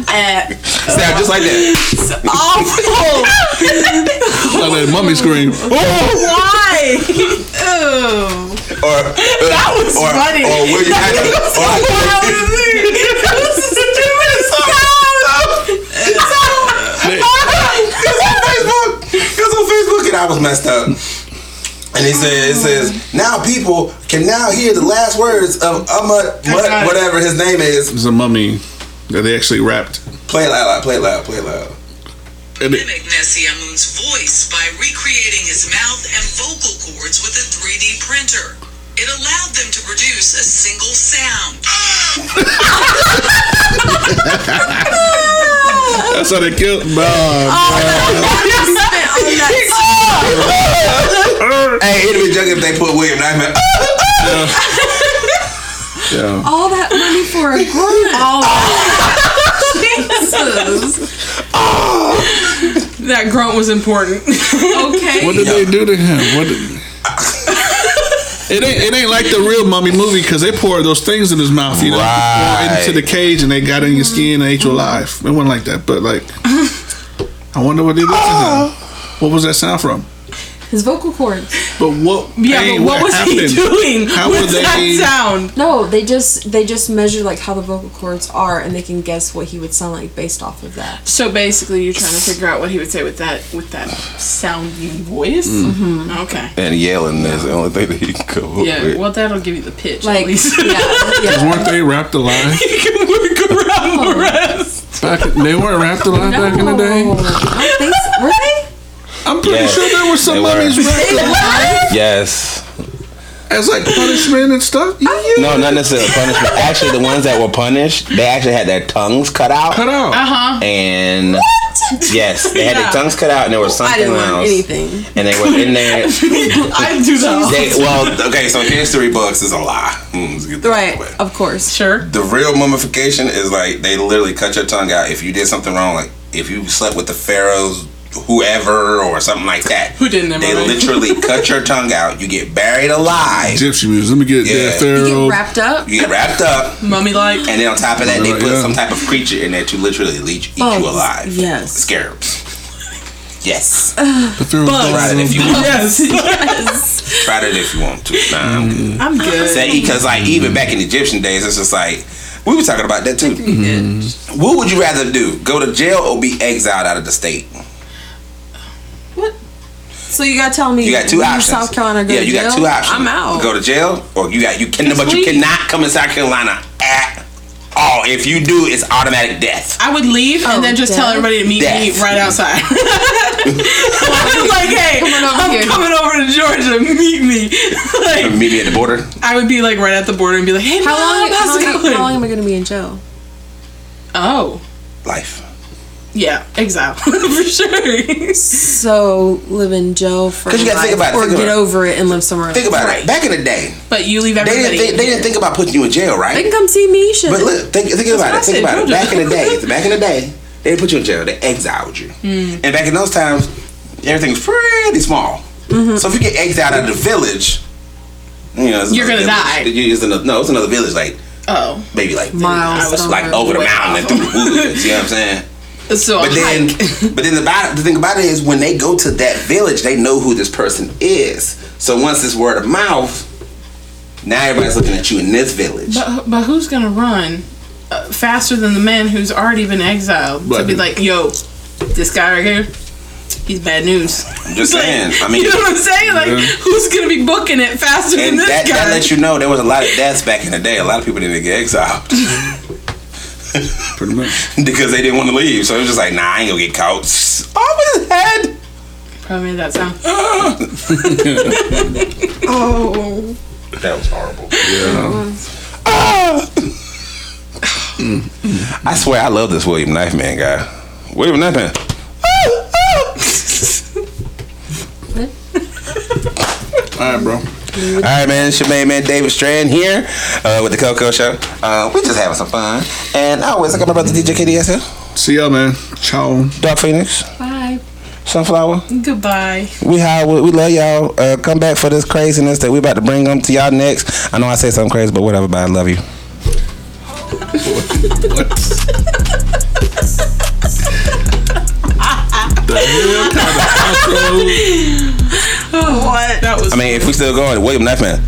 Speaker 5: Uh,
Speaker 3: Sound just like that.
Speaker 5: It's oh, awful.
Speaker 4: Like that mummy scream.
Speaker 5: Why? Ew.
Speaker 3: Or
Speaker 5: That was
Speaker 3: or,
Speaker 5: funny.
Speaker 3: Or where you
Speaker 5: That
Speaker 3: had
Speaker 5: was so funny. That was such a mess.
Speaker 3: It's on Facebook. It's on Facebook, and I was messed up. And it says, it says, now people can now hear the last words of Umut, Mut, whatever his name is.
Speaker 4: It's a mummy that they actually wrapped.
Speaker 3: Play it loud, play it loud, play it loud.
Speaker 4: And it-
Speaker 13: mimic Nessie Amun's voice by recreating his mouth and vocal cords with a 3D printer. It allowed them to produce a single sound.
Speaker 4: That's how they killed. Nah,
Speaker 5: Uh,
Speaker 3: hey, it'd be junk if they put William Nightmare.
Speaker 4: bruh. Yeah.
Speaker 5: oh,
Speaker 6: All that money for a grunt.
Speaker 5: Jesus. Oh. That grunt was important. okay.
Speaker 4: What did they do to him? What? Did... It ain't, it ain't like the real mummy movie because they poured those things in his mouth, you know,
Speaker 3: Right.
Speaker 4: into the cage and they got in your skin and ate you alive. It wasn't like that, but like, I wonder what they did to
Speaker 5: Oh.
Speaker 4: him. What was that sound from?
Speaker 6: His vocal cords.
Speaker 4: But what?
Speaker 5: Yeah, but
Speaker 4: pain
Speaker 5: what was he
Speaker 4: happened?
Speaker 5: doing
Speaker 4: How
Speaker 5: with
Speaker 4: were they?
Speaker 5: that sound?
Speaker 6: No, they just they just measure like how the vocal cords are, and they can guess what he would sound like based off of that.
Speaker 5: So basically, you're trying to figure out what he would say with that with that sounding voice.
Speaker 3: Mm.
Speaker 5: Mm-hmm.
Speaker 6: Mhm.
Speaker 5: Okay.
Speaker 3: And yelling is the only thing that he could come up
Speaker 5: Yeah.
Speaker 3: with.
Speaker 5: Well, that'll give you the pitch.
Speaker 6: Like,
Speaker 5: at least.
Speaker 6: yeah,
Speaker 4: Because weren't they wrapped alive?
Speaker 5: you can work around
Speaker 6: Uh-huh.
Speaker 5: the rest.
Speaker 4: Back, they weren't wrapped alive back in the day.
Speaker 6: I don't think so. Were they?
Speaker 4: I'm pretty
Speaker 3: Yes,
Speaker 4: sure there were some
Speaker 3: they were.
Speaker 4: mummies wrapped alive
Speaker 3: Yes.
Speaker 4: as like punishment and stuff.
Speaker 3: No, not necessarily punishment. Actually, the ones that were punished, they actually had their tongues cut out.
Speaker 4: Cut out.
Speaker 5: Uh-huh.
Speaker 3: And yes, they had
Speaker 5: Yeah.
Speaker 3: their tongues cut out, and there was
Speaker 6: I
Speaker 3: something
Speaker 6: didn't learn
Speaker 3: else.
Speaker 6: anything.
Speaker 3: And they were in there.
Speaker 5: I do that.
Speaker 3: They, well, okay, so history books is a lie. Mm, let's get that out of the way.
Speaker 6: Right, of course.
Speaker 5: Sure.
Speaker 3: The real mummification is like they literally cut your tongue out if you did something wrong, like if you slept with the pharaohs, whoever, or something like that.
Speaker 5: Who didn't? Am I
Speaker 3: They
Speaker 5: right?
Speaker 3: literally cut your tongue out. You get buried alive.
Speaker 4: Gypsy music. Let me get
Speaker 3: Yeah.
Speaker 4: that
Speaker 6: You
Speaker 4: Pharaoh.
Speaker 6: get wrapped up.
Speaker 3: You get wrapped up.
Speaker 5: Mummy like.
Speaker 3: And then on top of that,
Speaker 5: Uh,
Speaker 3: they
Speaker 4: Right,
Speaker 3: put
Speaker 4: yeah.
Speaker 3: some type of creature in there to literally leech, eat
Speaker 6: Oh,
Speaker 3: you alive.
Speaker 6: yes.
Speaker 3: Scarabs. Yes.
Speaker 4: But through
Speaker 3: Bugs. Right, if you-
Speaker 5: Yes. Mm.
Speaker 3: Try that if you want to. Nah, I'm good.
Speaker 5: I'm good.
Speaker 3: Because like even back in Egyptian days, it's just like we were talking about that too. What would you rather do? Go to jail or be exiled out of the state?
Speaker 6: So you gotta tell me
Speaker 3: You got two
Speaker 6: leave
Speaker 3: options.
Speaker 6: South Carolina, go
Speaker 3: yeah,
Speaker 6: to
Speaker 3: you
Speaker 6: jail?
Speaker 3: got two options.
Speaker 6: I'm out.
Speaker 3: You go to jail, or you got you can, but you cannot come in South Carolina at all. If you do, it's automatic death.
Speaker 5: I would leave and
Speaker 6: Oh,
Speaker 5: then just tell
Speaker 3: death?
Speaker 5: everybody to meet me
Speaker 3: Death.
Speaker 5: right outside. like, hey, I'm coming over to Georgia. Meet me. like,
Speaker 3: Meet me at the border.
Speaker 5: I would be like right at the border and be like, hey,
Speaker 6: how long?
Speaker 5: mom, how's
Speaker 6: How
Speaker 5: it
Speaker 6: long,
Speaker 5: going?
Speaker 6: how long am I gonna be in jail?
Speaker 5: Oh,
Speaker 3: Life.
Speaker 5: yeah, exile for sure.
Speaker 6: So live in jail for
Speaker 3: 'Cause you gotta
Speaker 6: life,
Speaker 3: think about it,
Speaker 6: or
Speaker 3: think
Speaker 6: get
Speaker 3: about it.
Speaker 6: over it and live somewhere.
Speaker 3: Think
Speaker 6: else.
Speaker 3: about it. Back in the day,
Speaker 5: But you leave
Speaker 3: they
Speaker 5: everybody.
Speaker 3: didn't, think, they didn't think about putting you in jail, right?
Speaker 6: They can come see me. Shit.
Speaker 3: But look, think, think
Speaker 6: That's
Speaker 3: about
Speaker 6: what I
Speaker 3: it. Think
Speaker 6: said,
Speaker 3: about it.
Speaker 6: Georgia.
Speaker 3: Back in the day, back in the day, they didn't put you in jail. They exiled you.
Speaker 5: Hmm.
Speaker 3: Mm. And back in those times, everything was pretty small.
Speaker 5: Mm-hmm.
Speaker 3: So if you get exiled out of the village, you know, it's
Speaker 5: You're
Speaker 3: another
Speaker 5: gonna
Speaker 3: village. You- It's another, no, it's another village, like
Speaker 5: Oh,
Speaker 3: maybe like
Speaker 5: Miles
Speaker 3: miles,
Speaker 5: down
Speaker 3: like
Speaker 5: the
Speaker 3: over the
Speaker 5: way.
Speaker 3: mountain and through the woods. you know what I'm saying?
Speaker 5: so
Speaker 3: But then, but then the, bad- the thing about it is when they go to that village, they know who this person is. So once it's word of mouth, now everybody's looking at you in this village.
Speaker 5: But, but who's gonna run uh, faster than the man who's already been exiled
Speaker 3: Black
Speaker 5: to be
Speaker 3: people.
Speaker 5: like, yo, this guy right here, he's bad news.
Speaker 3: I'm just saying. I mean,
Speaker 5: you know what I'm saying? Like,
Speaker 3: Yeah.
Speaker 5: who's gonna be booking it faster than
Speaker 3: and
Speaker 5: this
Speaker 3: that,
Speaker 5: guy?
Speaker 3: that lets you know there was a lot of deaths back in the day. A lot of people didn't get exiled
Speaker 4: Pretty much.
Speaker 3: because they didn't want to leave. So it was just like, nah, I ain't gonna get caught.
Speaker 5: Off his head. Probably made that sound. oh.
Speaker 3: That was horrible. Yeah. Ah! I swear, I love this William Knife Man guy. William Knife Man.
Speaker 4: All right, bro.
Speaker 3: All right, man. It's your main man, David Strand here uh, with the Coco Show. Uh, we're just having some fun. And I always, I got my brother DJ KDS here.
Speaker 4: See y'all, man. Ciao.
Speaker 3: Dark Phoenix.
Speaker 5: Bye.
Speaker 3: Sunflower.
Speaker 5: Goodbye.
Speaker 3: We how we we love y'all. Uh, come back for this craziness that we about to bring them to y'all next. I know I said something crazy, but whatever. But I love you.
Speaker 5: what? That was.
Speaker 3: I mean, if we still going, William Knife Man.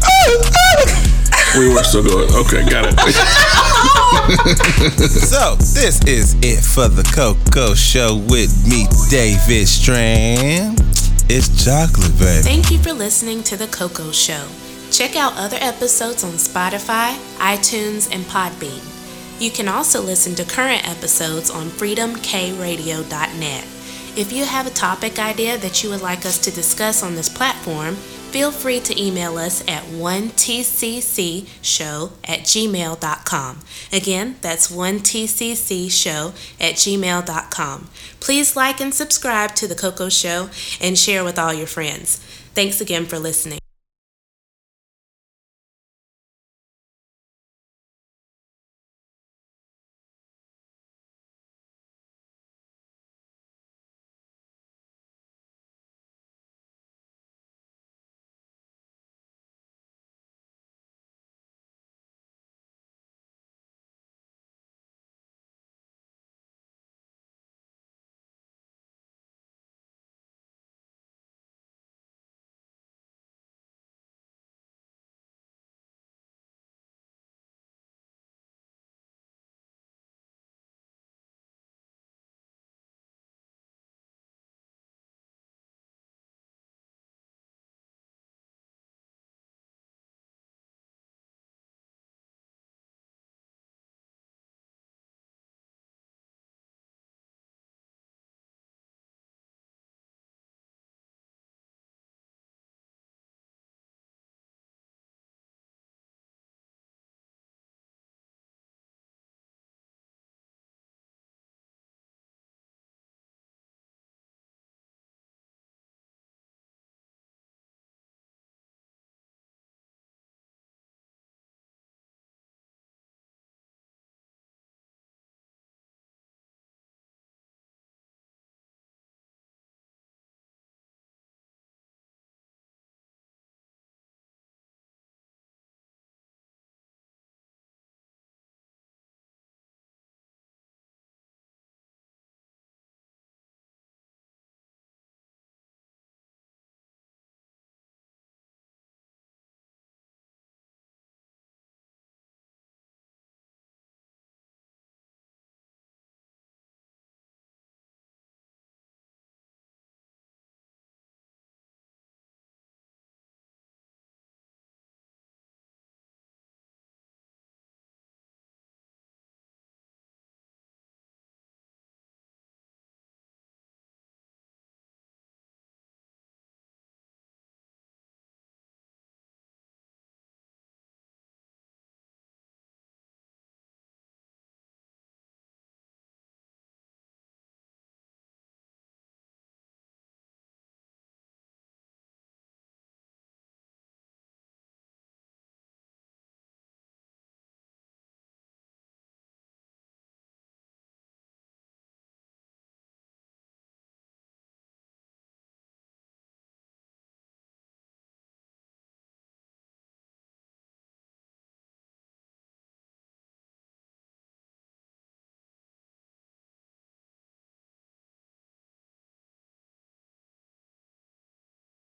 Speaker 4: we were still going. Okay, got it.
Speaker 14: so this is it for the Coco Show with me, David Strand. It's chocolate, baby.
Speaker 15: Thank you for listening to The Coco Show. Check out other episodes on Spotify, iTunes, and Podbean. You can also listen to current episodes on freedomkradio.net. If you have a topic idea that you would like us to discuss on this platform, feel free to email us at 1tccshow at gmail.com. Again, that's 1tccshow at gmail.com. Please like and subscribe to The Coco Show and share with all your friends. Thanks again for listening.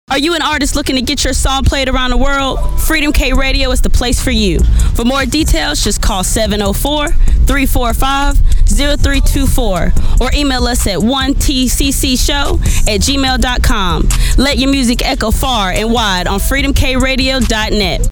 Speaker 7: Are you an artist looking to get your song played around the world? Freedom K Radio is the place for you. For more details, just call 704 345 0324 or email us at 1tccshow at gmail.com. Let your music echo far and wide on freedomkradio.net.